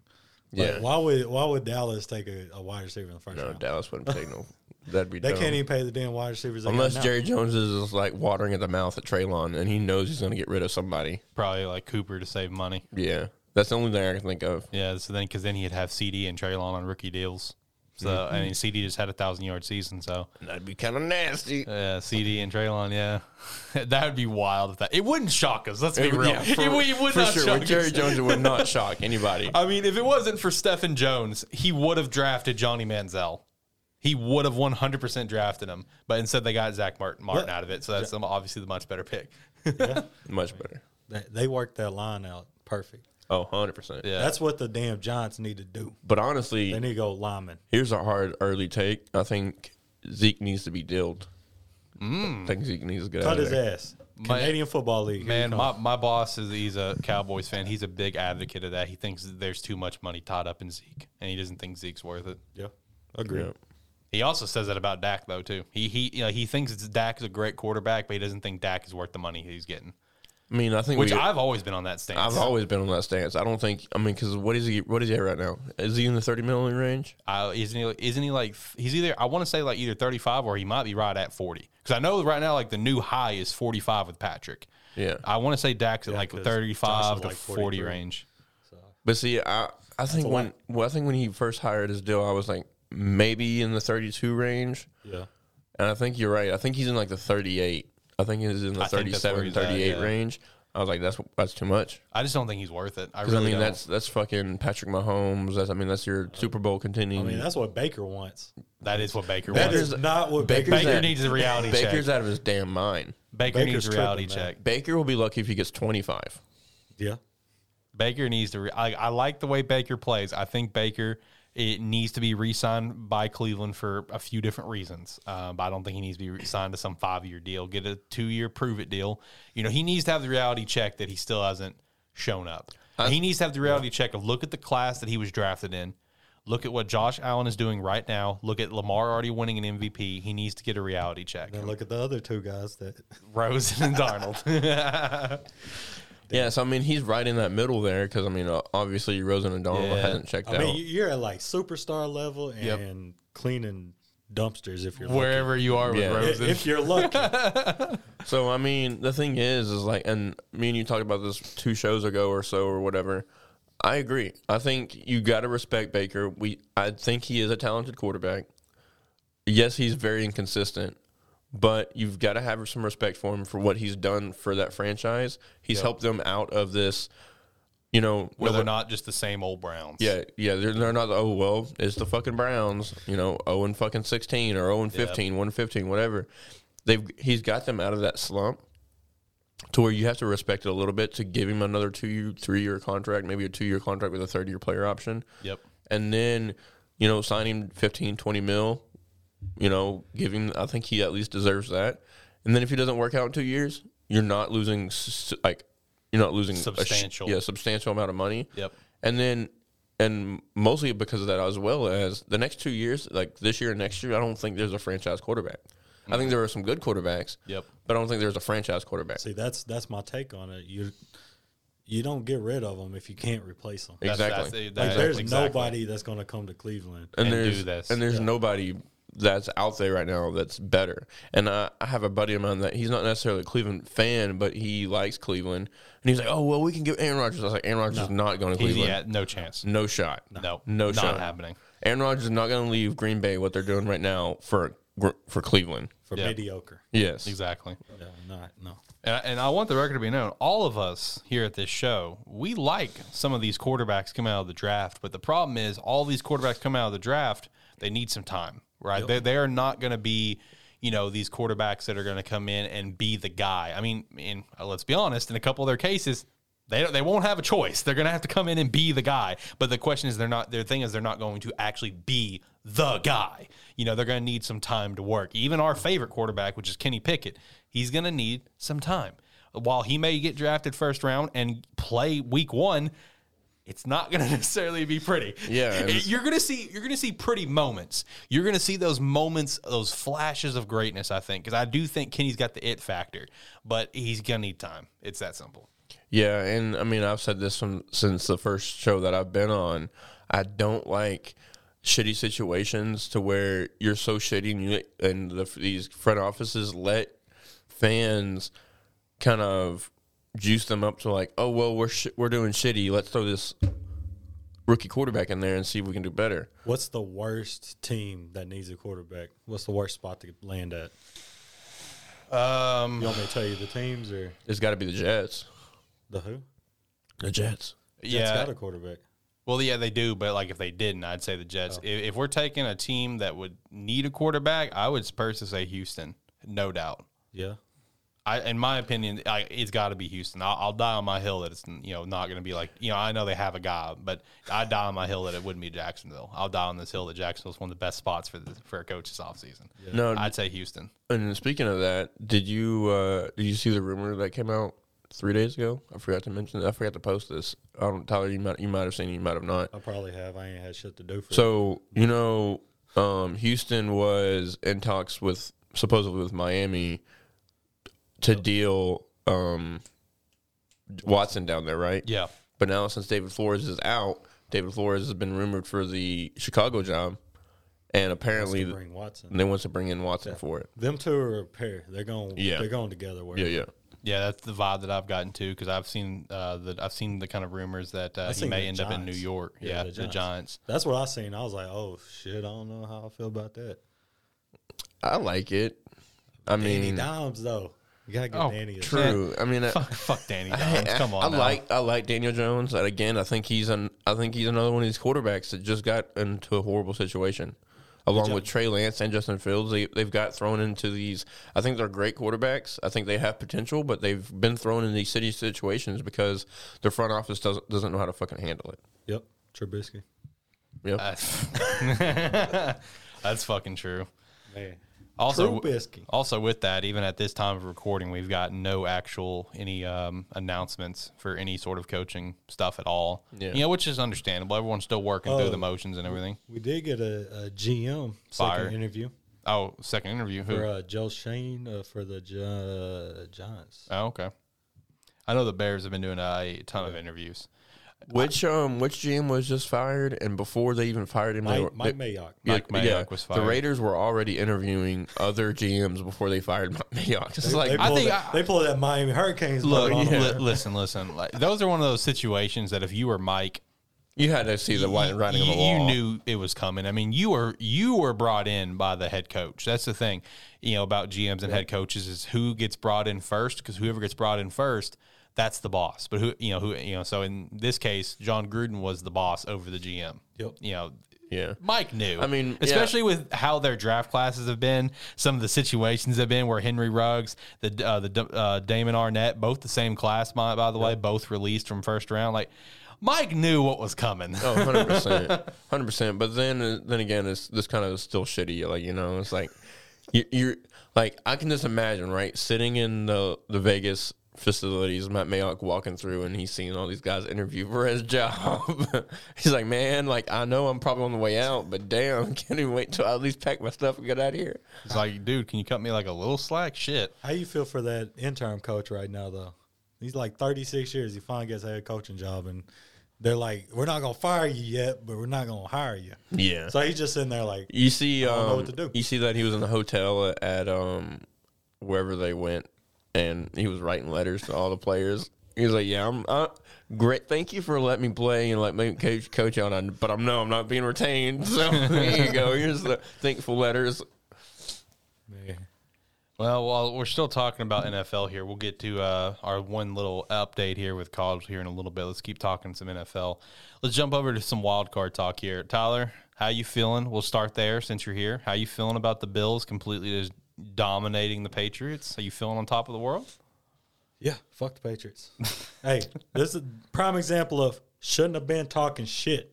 Speaker 1: Like,
Speaker 3: yeah,
Speaker 1: Why would Why would Dallas take a, a wide receiver in the first
Speaker 3: no,
Speaker 1: round?
Speaker 3: Dallas wouldn't take no. That'd be
Speaker 1: They
Speaker 3: dumb.
Speaker 1: can't even pay the damn wide receivers. They got
Speaker 3: Unless
Speaker 1: now.
Speaker 3: Jerry Jones is like watering at the mouth at Traylon and he knows he's going to get rid of somebody.
Speaker 2: Probably like Cooper to save money.
Speaker 3: Yeah. That's the only thing I can think of.
Speaker 2: Yeah, so then because then he'd have CD and Traylon on rookie deals. So I mean, CD just had a thousand yard season. So
Speaker 3: That'd be kind of nasty.
Speaker 2: yeah, CD and Traylon. Yeah, that would be wild. If that it wouldn't shock us. Let's be
Speaker 3: It would-
Speaker 2: real.
Speaker 3: yeah,
Speaker 2: it, would- it would
Speaker 3: For
Speaker 2: not
Speaker 3: sure.
Speaker 2: shock
Speaker 3: With Jerry
Speaker 2: us.
Speaker 3: Jones, it would not shock anybody.
Speaker 2: I mean, if it wasn't for Stephen Jones, he would have drafted Johnny Manziel. He would have 100% drafted him, but instead they got Zach Martin, Martin out of it. So that's obviously the much better pick.
Speaker 3: Much better.
Speaker 1: They, they worked that line out perfect.
Speaker 3: Oh, 100%.
Speaker 2: Yeah.
Speaker 1: That's what the damn Giants need to do.
Speaker 3: But
Speaker 1: They
Speaker 3: honestly,
Speaker 1: need to go lineman.
Speaker 3: here's a hard early take. I think Zeke needs to be dealt. I think Zeke needs to get
Speaker 1: Cut
Speaker 3: out of
Speaker 1: his
Speaker 3: there.
Speaker 1: ass.
Speaker 2: My-
Speaker 1: Canadian Football League. here
Speaker 2: Man,
Speaker 1: you come.
Speaker 2: my, my boss is he's a Cowboys fan. He's a big advocate of that. He thinks that there's too much money tied up in Zeke, and he doesn't think Zeke's worth it.
Speaker 1: Yeah, agree.
Speaker 3: Yeah.
Speaker 2: He also says that about Dak though too. He he you know, he thinks it's Dak is a great quarterback, but he doesn't think Dak is worth the money he's getting.
Speaker 3: I mean, I think
Speaker 2: Which
Speaker 3: we,
Speaker 2: I've always been on that stance.
Speaker 3: I've always been on that stance. I don't think, I mean, because what is he What is he at right now? Is he in the 30 million range?
Speaker 2: I, isn't he? Isn't he like he's either? I want to say like either thirty five or he might be right at forty. Because I know right now like the new high is forty five with Patrick.
Speaker 3: Yeah.
Speaker 2: I want to say Dak's at like
Speaker 1: 'cause
Speaker 2: thirty
Speaker 1: Josh
Speaker 2: five
Speaker 1: is
Speaker 2: to
Speaker 1: like
Speaker 2: forty
Speaker 1: 43.
Speaker 2: range.
Speaker 3: But see, I I think when well, I think when he first hired his deal, I was like maybe in the thirty two range,
Speaker 1: Yeah,
Speaker 3: and I think you're right. I think he's in like the thirty eight. I think he's in the
Speaker 2: I think that's where
Speaker 3: 37,
Speaker 2: he's at,
Speaker 3: 38
Speaker 2: yeah.
Speaker 3: range. I was like, that's that's too much.
Speaker 2: I just don't think he's worth it. I
Speaker 3: 'Cause,
Speaker 2: really
Speaker 3: I mean,
Speaker 2: don't.
Speaker 3: that's that's fucking Patrick Mahomes. That's I mean, that's your Super Bowl contending.
Speaker 1: I mean that's what Baker wants.
Speaker 2: that is what Baker
Speaker 1: That
Speaker 2: wants.
Speaker 1: is not what Baker.
Speaker 3: Baker's
Speaker 2: Baker
Speaker 3: at-
Speaker 2: needs a reality
Speaker 3: Baker's
Speaker 2: check.
Speaker 3: out of his damn mind.
Speaker 2: Baker
Speaker 1: Baker's
Speaker 2: needs a reality
Speaker 1: tripping, man.
Speaker 2: check.
Speaker 3: Baker will be lucky if he gets twenty five.
Speaker 1: Yeah,
Speaker 2: Baker needs to. Re- I, I like the way Baker plays. I think Baker it needs to be re-signed by Cleveland for a few different reasons. Uh, but I don't think he needs to be re-signed to some five-year deal. Get a two-year prove-it deal. You know, he needs to have the reality check that he still hasn't shown up. he needs to have the reality check of look at the class that he was drafted in. Look at what Josh Allen is doing right now. Look at Lamar already winning an MVP. He needs to get a reality check.
Speaker 1: and look at the other two guys that
Speaker 2: Rosen and Darnold.
Speaker 3: Yeah, so I mean, he's right in that middle there because I mean, uh, obviously Rosen and Donald
Speaker 2: Yeah.
Speaker 3: hasn't checked
Speaker 1: I
Speaker 3: out.
Speaker 1: mean, you- you're at like superstar level and
Speaker 2: Yep.
Speaker 1: cleaning dumpsters if you're lucky.
Speaker 2: Wherever you are with
Speaker 3: Yeah.
Speaker 1: If-
Speaker 2: Rosen.
Speaker 1: If you're lucky,
Speaker 3: So I mean, the thing is, is like, and me and you talked about this two shows ago or so or whatever. I agree. I think you got to respect Baker. We, I think he is a talented quarterback. Yes, he's very inconsistent, but you've got to have some respect for him for what he's done for that franchise. He's helped them out of this, you know,
Speaker 2: Where
Speaker 3: whether
Speaker 2: they're not just the same old Browns.
Speaker 3: yeah, yeah, they're, they're not. Oh well, it's the fucking Browns. You know, zero and fucking sixteen or zero and 15, one fifteen, whatever. They've he's got them out of that slump to where you have to respect it a little bit to give him another two, three year contract, maybe a two year contract with a third year player option,
Speaker 2: Yep.
Speaker 3: and then you know sign him 15, 20 mil. You know, give him. I think he at least deserves that. And then if he doesn't work out in two years, you're not losing s- s- like you're not losing a sh-
Speaker 2: Substantial.
Speaker 3: yeah, substantial amount of money.
Speaker 2: Yep.
Speaker 3: And then, and mostly because of that, as well as the next two years, like this year and next year, I don't think there's a franchise quarterback. I think there are some good quarterbacks.
Speaker 2: Yep.
Speaker 3: But I don't think there's a franchise quarterback.
Speaker 1: see that's that's my take on it. You you don't get rid of them if you can't replace them.
Speaker 3: exactly.
Speaker 2: That's,
Speaker 1: Like
Speaker 2: that's,
Speaker 1: there's
Speaker 2: exactly.
Speaker 1: nobody that's going to come to Cleveland.
Speaker 3: and,
Speaker 2: and
Speaker 3: there's
Speaker 2: do this.
Speaker 3: and there's nobody that's out there right now that's better. And I, I have a buddy of mine that he's not necessarily a Cleveland fan, but he likes Cleveland. And he's like, "Oh well, we can give Aaron Rodgers." I was like, "Aaron Rodgers is not going to
Speaker 2: He's,
Speaker 3: Cleveland.
Speaker 2: yeah, no chance.
Speaker 3: No shot.
Speaker 2: No,
Speaker 3: no
Speaker 2: not
Speaker 3: shot.
Speaker 2: happening.
Speaker 3: Aaron Rodgers is not going to leave Green Bay what they're doing right now for for Cleveland.
Speaker 1: for
Speaker 2: Yeah.
Speaker 1: mediocre.
Speaker 3: Yes,
Speaker 2: Exactly.
Speaker 1: Yeah, not no.
Speaker 2: And I, and I want the record to be known. All of us here at this show, we like some of these quarterbacks coming out of the draft, but the problem is all these quarterbacks coming out of the draft, they need some time, right? They, they are not going to be, you know, these quarterbacks that are going to come in and be the guy. I mean, and uh, let's be honest, in a couple of their cases, they, don't- they won't have a choice. They're going to have to come in and be the guy. But the question is, they're not. Their thing is, they're not going to actually be the guy. You know, they're going to need some time to work. Even our favorite quarterback, which is Kenny Pickett, he's going to need some time. While he may get drafted first round and play week one, it's not going to necessarily be pretty.
Speaker 3: Yeah, and
Speaker 2: It-
Speaker 3: it's-
Speaker 2: you're going to see you're going to see pretty moments. You're going to see those moments, those flashes of greatness. I think because I do think Kenny's got the it factor, but he's going to need time. It's that simple.
Speaker 3: Yeah, and I mean I've said this from, since the first show that I've been on. I don't like shitty situations to where you're so shitty and, you, and the, these front offices let fans kind of juice them up to like, oh well, we're sh- we're doing shitty. Let's throw this rookie quarterback in there and see if we can do better.
Speaker 1: What's the worst team that needs a quarterback? What's the worst spot to land at?
Speaker 2: Um,
Speaker 1: You want me to tell you the teams or
Speaker 3: It's got to be the Jets.
Speaker 1: the who?
Speaker 3: The Jets.
Speaker 1: Jets
Speaker 2: yeah,
Speaker 1: got a quarterback.
Speaker 2: Well, yeah, they do, but like if they didn't, I'd say the
Speaker 1: Oh.
Speaker 2: Jets. If, if we're taking a team that would need a quarterback, I would personally say Houston, no doubt.
Speaker 1: Yeah.
Speaker 2: I, in my opinion, I, it's got to be Houston. I'll, I'll die on my hill that it's you know not going to be like you know I know they have a guy, but I die on my hill that it wouldn't be Jacksonville. I'll die on this hill that Jacksonville's one of the best spots for the, for a coach this offseason.
Speaker 3: No,
Speaker 2: I'd say Houston.
Speaker 3: and speaking of that, did you uh, did you see the rumor that came out three days ago? I forgot to mention. I forgot to post this. I don't, Tyler, you might you might have seen. it, You might have not.
Speaker 1: I probably have. I ain't had shit to do for it.
Speaker 3: So you know, um, Houston was in talks with supposedly with Miami to deal um, Watson down there, right?
Speaker 2: Yeah,
Speaker 3: But now since David Flores is out, David Flores has been rumored for the Chicago job, and apparently
Speaker 1: to bring Watson.
Speaker 3: they wants to bring in Watson for it.
Speaker 1: Them two are a pair. They're going.
Speaker 3: Yeah.
Speaker 1: They're going together. Where
Speaker 3: Yeah, yeah.
Speaker 2: yeah, that's the vibe that I've gotten to because I've seen uh, the I've seen the kind of rumors that uh, he
Speaker 1: seen
Speaker 2: may
Speaker 1: the
Speaker 2: end up in New
Speaker 1: Giants.
Speaker 2: York. Yeah,
Speaker 1: Yeah, the
Speaker 2: The
Speaker 1: Giants.
Speaker 2: Giants.
Speaker 1: That's what I seen. I was like, oh shit, I don't know how I feel about that.
Speaker 3: I like it. I mean,
Speaker 1: Danny Dimes though, you gotta get
Speaker 2: Oh,
Speaker 1: Danny. a shot.
Speaker 3: True. I mean, I,
Speaker 2: Fuck, fuck Danny Dimes. Come on.
Speaker 3: I
Speaker 2: now.
Speaker 3: like I like Daniel Jones. And again, I think he's an I think he's another one of these quarterbacks that just got into a horrible situation. Along with Trey Lance and Justin Fields, they, they've got thrown into these. I think they're great quarterbacks. I think they have potential, but they've been thrown in these city situations because the front office doesn't doesn't know how to fucking handle it.
Speaker 1: Yep, Trubisky.
Speaker 3: Yep.
Speaker 1: Uh,
Speaker 2: That's- That's fucking true.
Speaker 1: Man,
Speaker 2: Also,
Speaker 1: Trubisky.
Speaker 2: also with that, even at this time of recording, we've got no actual any um, announcements for any sort of coaching stuff at all.
Speaker 3: Yeah.
Speaker 2: You know, which is understandable. Everyone's still working through
Speaker 1: Oh.
Speaker 2: the motions and everything.
Speaker 1: we did get a, a GM
Speaker 2: Fire.
Speaker 1: second interview
Speaker 2: Oh, second interview. Who?
Speaker 1: for uh, Joe Shane uh, for the Gi- uh, Giants.
Speaker 2: oh, okay. I know the Bears have been doing a ton of interviews.
Speaker 3: Which um which GM was just fired, and before they even fired him, they were,
Speaker 1: Mike, Mike
Speaker 3: they-
Speaker 1: Mayock.
Speaker 2: Mike Mayock was
Speaker 3: The
Speaker 2: fired.
Speaker 3: Raiders were already interviewing other GMs before they fired Mike Mayock. It's
Speaker 1: They
Speaker 3: like
Speaker 2: I
Speaker 1: pulled
Speaker 2: think
Speaker 1: that,
Speaker 2: I-
Speaker 1: they pulled that Miami Hurricanes.
Speaker 2: Look,
Speaker 1: logo on
Speaker 2: li-
Speaker 1: them.
Speaker 2: listen, listen. Like, those are one of those situations that if you were Mike,
Speaker 3: you had to see the white
Speaker 2: you-
Speaker 3: writing on the
Speaker 2: you-
Speaker 3: wall.
Speaker 2: You knew it was coming. I mean, you were you were brought in by the head coach. That's the thing, you know, about GMs and head coaches is who gets brought in first because whoever gets brought in first, that's the boss. But who you know who you know. So in this case, John Gruden was the boss over the GM.
Speaker 1: Yep.
Speaker 2: You know.
Speaker 3: Yeah.
Speaker 2: Mike knew.
Speaker 3: I mean, yeah.
Speaker 2: especially with how their draft classes have been, some of the situations have been where Henry Ruggs, the uh, the uh, Damon Arnett, both the same class, by, by the way, both released from first round. Like Mike knew what was coming.
Speaker 3: Oh, 100%. 100%. But then uh, then again, it's this kind of is still shitty. Like, you know, it's like you, you're like, I can just imagine, right? Sitting in the, the Vegas facilities, Matt Mayock walking through and he's seeing all these guys interview for his job. he's like, man, like, I know I'm probably on the way out, but damn, can't even wait till I at least pack my stuff and get out of here.
Speaker 2: It's like, dude, can you cut me like a little slack? Shit.
Speaker 1: How you feel for that interim coach right now, though? He's like 36 years. He finally gets a head coaching job, and they're like, "We're not gonna fire you yet, but we're not gonna hire you."
Speaker 3: Yeah.
Speaker 1: So he's just sitting there like,
Speaker 3: You see, um,
Speaker 1: don't know what to do.
Speaker 3: You see that he was in the hotel at um, wherever they went, and he was writing letters to all the players. He was like, "Yeah, I'm uh, great. Thank you for letting me play and let me coach coach on. I- But I'm no, I'm not being retained. So there you go. Here's the thankful letters.
Speaker 1: Man.
Speaker 2: Well, while we're still talking about NFL here, we'll get to uh, our one little update here with college here in a little bit. Let's keep talking some NFL. Let's jump over to some wild card talk here. Tyler, how you feeling? We'll start there since you're here. How you feeling about the Bills completely just dominating the Patriots? Are you feeling on top of the world?
Speaker 1: "Yeah, fuck the Patriots." hey, this is a prime example of shouldn't have been talking shit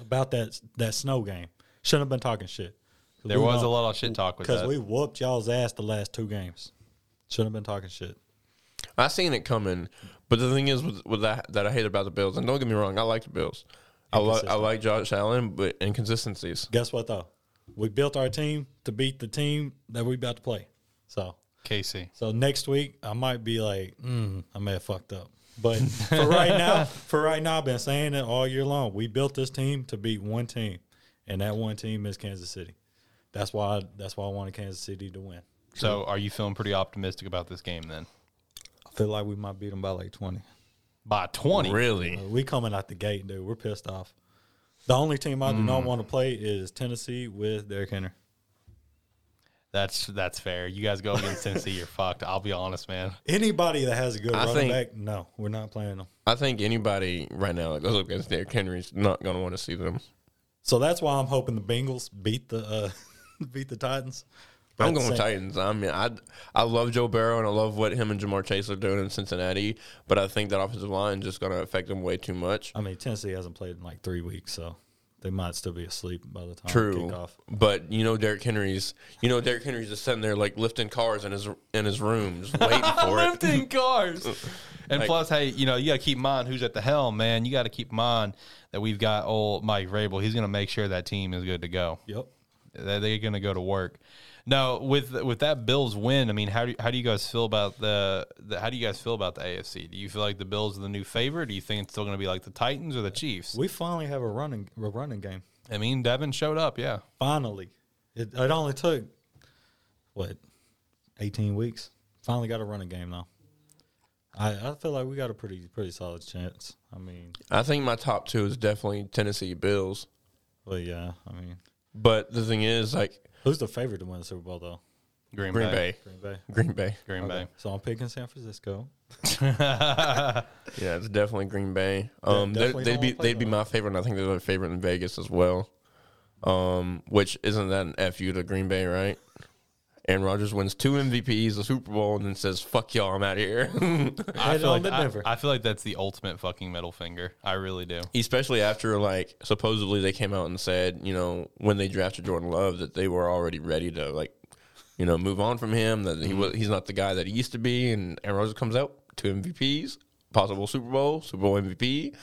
Speaker 1: about that that snow game. Shouldn't have been talking shit.
Speaker 2: There was a lot of shit talk with
Speaker 1: because
Speaker 2: that.
Speaker 1: we whooped y'all's ass the last two games. Shouldn't have been talking shit.
Speaker 3: I seen it coming, But the thing is, with, with that that I hate about the Bills, and don't get me wrong, I like the Bills. I like I like Josh Allen, but inconsistencies.
Speaker 1: Guess what though? We built our team to beat the team that we about to play. So
Speaker 2: Casey.
Speaker 1: so next week I might be like, mm, I may have fucked up. But for right now, for right now, I've been saying it all year long. We built this team to beat one team, and that one team is Kansas City. That's why. That's why I wanted Kansas City to win.
Speaker 2: So are you feeling pretty optimistic about this game then?
Speaker 1: I feel like we might beat them by like twenty.
Speaker 2: By 20.
Speaker 3: Really,
Speaker 1: We coming out the gate, dude. We're pissed off. The only team I do not want to play is Tennessee with Derrick Henry.
Speaker 2: That's that's fair. You guys go against Tennessee, you're fucked. I'll be honest, man.
Speaker 1: Anybody that has a good
Speaker 3: I
Speaker 1: running
Speaker 3: think-
Speaker 1: back, no, we're not playing them.
Speaker 3: I think anybody right now that goes up against Derrick Henry's not going to want to see them.
Speaker 1: So that's why I'm hoping the Bengals beat the uh, beat the Titans.
Speaker 3: I'm going
Speaker 1: But
Speaker 3: with Titans. I mean, I I love Joe Barrow and I love what him and Jamar Chase are doing in Cincinnati, but I think that offensive line is just going to affect them way too much.
Speaker 1: I mean, Tennessee hasn't played in like three weeks, so they might still be asleep by the time
Speaker 3: True,
Speaker 1: kickoff.
Speaker 3: but you know Derrick Henry's. You know Derrick Henry's just sitting there like lifting cars in his in his room, just waiting for it.
Speaker 2: Lifting cars. And plus, hey, you know, you got to keep in mind who's at the helm, man. You got to keep in mind that we've got old Mike Rabel. He's going to make sure that team is good to go.
Speaker 1: Yep.
Speaker 2: They're, they're going to go to work. Now, with with that Bills win, I mean, how do how do you guys feel about the, the how do you guys feel about the AFC? Do you feel like the Bills are the new favorite? Do you think it's still going to be like the Titans or the Chiefs?
Speaker 1: We finally have a running a running game.
Speaker 2: I mean, Devin showed up, yeah.
Speaker 1: Finally, it, it only took what eighteen weeks. Finally, got a running game now. I, I feel like we got a pretty pretty solid chance. I mean,
Speaker 3: I think my top two is definitely Tennessee Bills.
Speaker 1: well, yeah. I mean,
Speaker 3: But the thing is, like
Speaker 1: who's the favorite to win the Super Bowl though?
Speaker 2: Green,
Speaker 3: Green
Speaker 2: Bay.
Speaker 3: Bay,
Speaker 1: Green Bay.
Speaker 3: Green Bay,
Speaker 2: Green Bay.
Speaker 1: So I'm picking San Francisco.
Speaker 3: yeah, it's definitely Green Bay. Um, they-
Speaker 1: definitely
Speaker 3: they'd
Speaker 1: don't
Speaker 3: be
Speaker 1: wanna play
Speaker 3: they'd be
Speaker 1: them.
Speaker 3: my favorite, and I think they're the favorite in Vegas as well. Um, which isn't that an fu to Green Bay, right? Aaron Rodgers wins two MVPs, the Super Bowl, and then says, "Fuck y'all, I'm out of here."
Speaker 2: I
Speaker 1: Head
Speaker 2: feel, like,
Speaker 1: on to
Speaker 2: I,
Speaker 1: Denver.
Speaker 2: I feel like that's the ultimate fucking middle finger. I really do.
Speaker 3: Especially after like supposedly they came out and said, you know, when they drafted Jordan Love, that they were already ready to like, you know, move on from him. That he was he's not the guy that he used to be. And Aaron Rodgers comes out two MVPs, possible Super Bowl, Super Bowl MVP,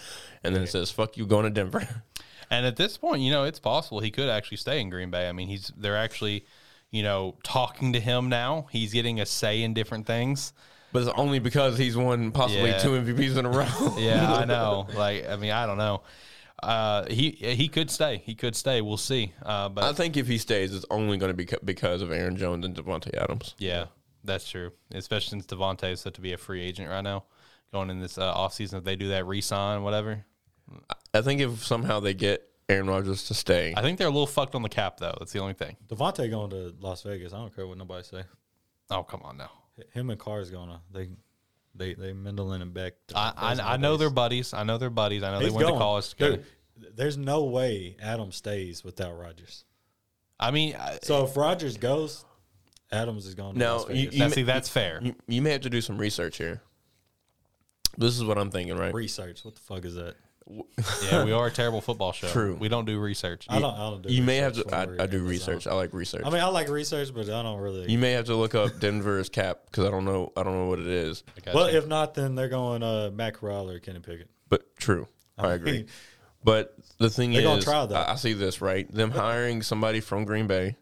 Speaker 3: and then it says, "Fuck you, going to Denver."
Speaker 2: And at this point, you know, it's possible he could actually stay in Green Bay. I mean, he's they're actually, you know, talking to him now. He's getting a say in different things.
Speaker 3: But it's only because he's won possibly
Speaker 2: Yeah.
Speaker 3: two MVPs in a row.
Speaker 2: Yeah, I know. Like, I mean, I don't know. Uh, he he could stay. He could stay. We'll see. Uh, but
Speaker 3: I think if he stays, it's only going to be co- because of Aaron Jones and Devontae Adams.
Speaker 2: yeah, that's true. Especially since Devontae is set to be a free agent right now, going in this uh, offseason. If they do that re-sign, whatever.
Speaker 3: I think if somehow they get Aaron Rodgers to stay,
Speaker 2: I think they're a little fucked on the cap though. That's the only thing.
Speaker 1: Devontae going to Las Vegas. I don't care what nobody say.
Speaker 2: Oh come on now.
Speaker 1: Him and Carr's gonna they they they Mendelin and Beck.
Speaker 2: I, I, I know they're buddies. I know they're buddies. I know
Speaker 1: He's
Speaker 2: they went
Speaker 1: going.
Speaker 2: to college together.
Speaker 1: Dude, there's no way Adam stays without Rogers.
Speaker 2: I mean, I,
Speaker 1: So if Rogers goes, Adams is going to
Speaker 3: Now,
Speaker 1: Las Vegas.
Speaker 3: You
Speaker 2: now,
Speaker 3: may-
Speaker 2: see, that's fair.
Speaker 3: you, you may have to do some research here. This is what I'm thinking, right?
Speaker 1: research. What the fuck is that?
Speaker 2: yeah, we are a terrible football show.
Speaker 3: True.
Speaker 2: We don't do research.
Speaker 1: I don't. I don't do.
Speaker 3: you may have
Speaker 1: research
Speaker 3: to.
Speaker 1: when we're
Speaker 3: I, I do
Speaker 1: in the
Speaker 3: research.
Speaker 1: zone.
Speaker 3: I like research.
Speaker 1: I mean, I like research, but I don't really.
Speaker 3: you may have to look up Denver's cap because I don't know. I don't know what it is.
Speaker 2: Gotcha.
Speaker 1: well, if not, then they're going uh, Matt Corral or Kenny Pickett.
Speaker 3: But true, I agree.
Speaker 1: mean-
Speaker 3: But the thing
Speaker 1: They're gonna
Speaker 3: is,
Speaker 1: try, though.
Speaker 3: I, I see this right. Them hiring somebody from Green Bay.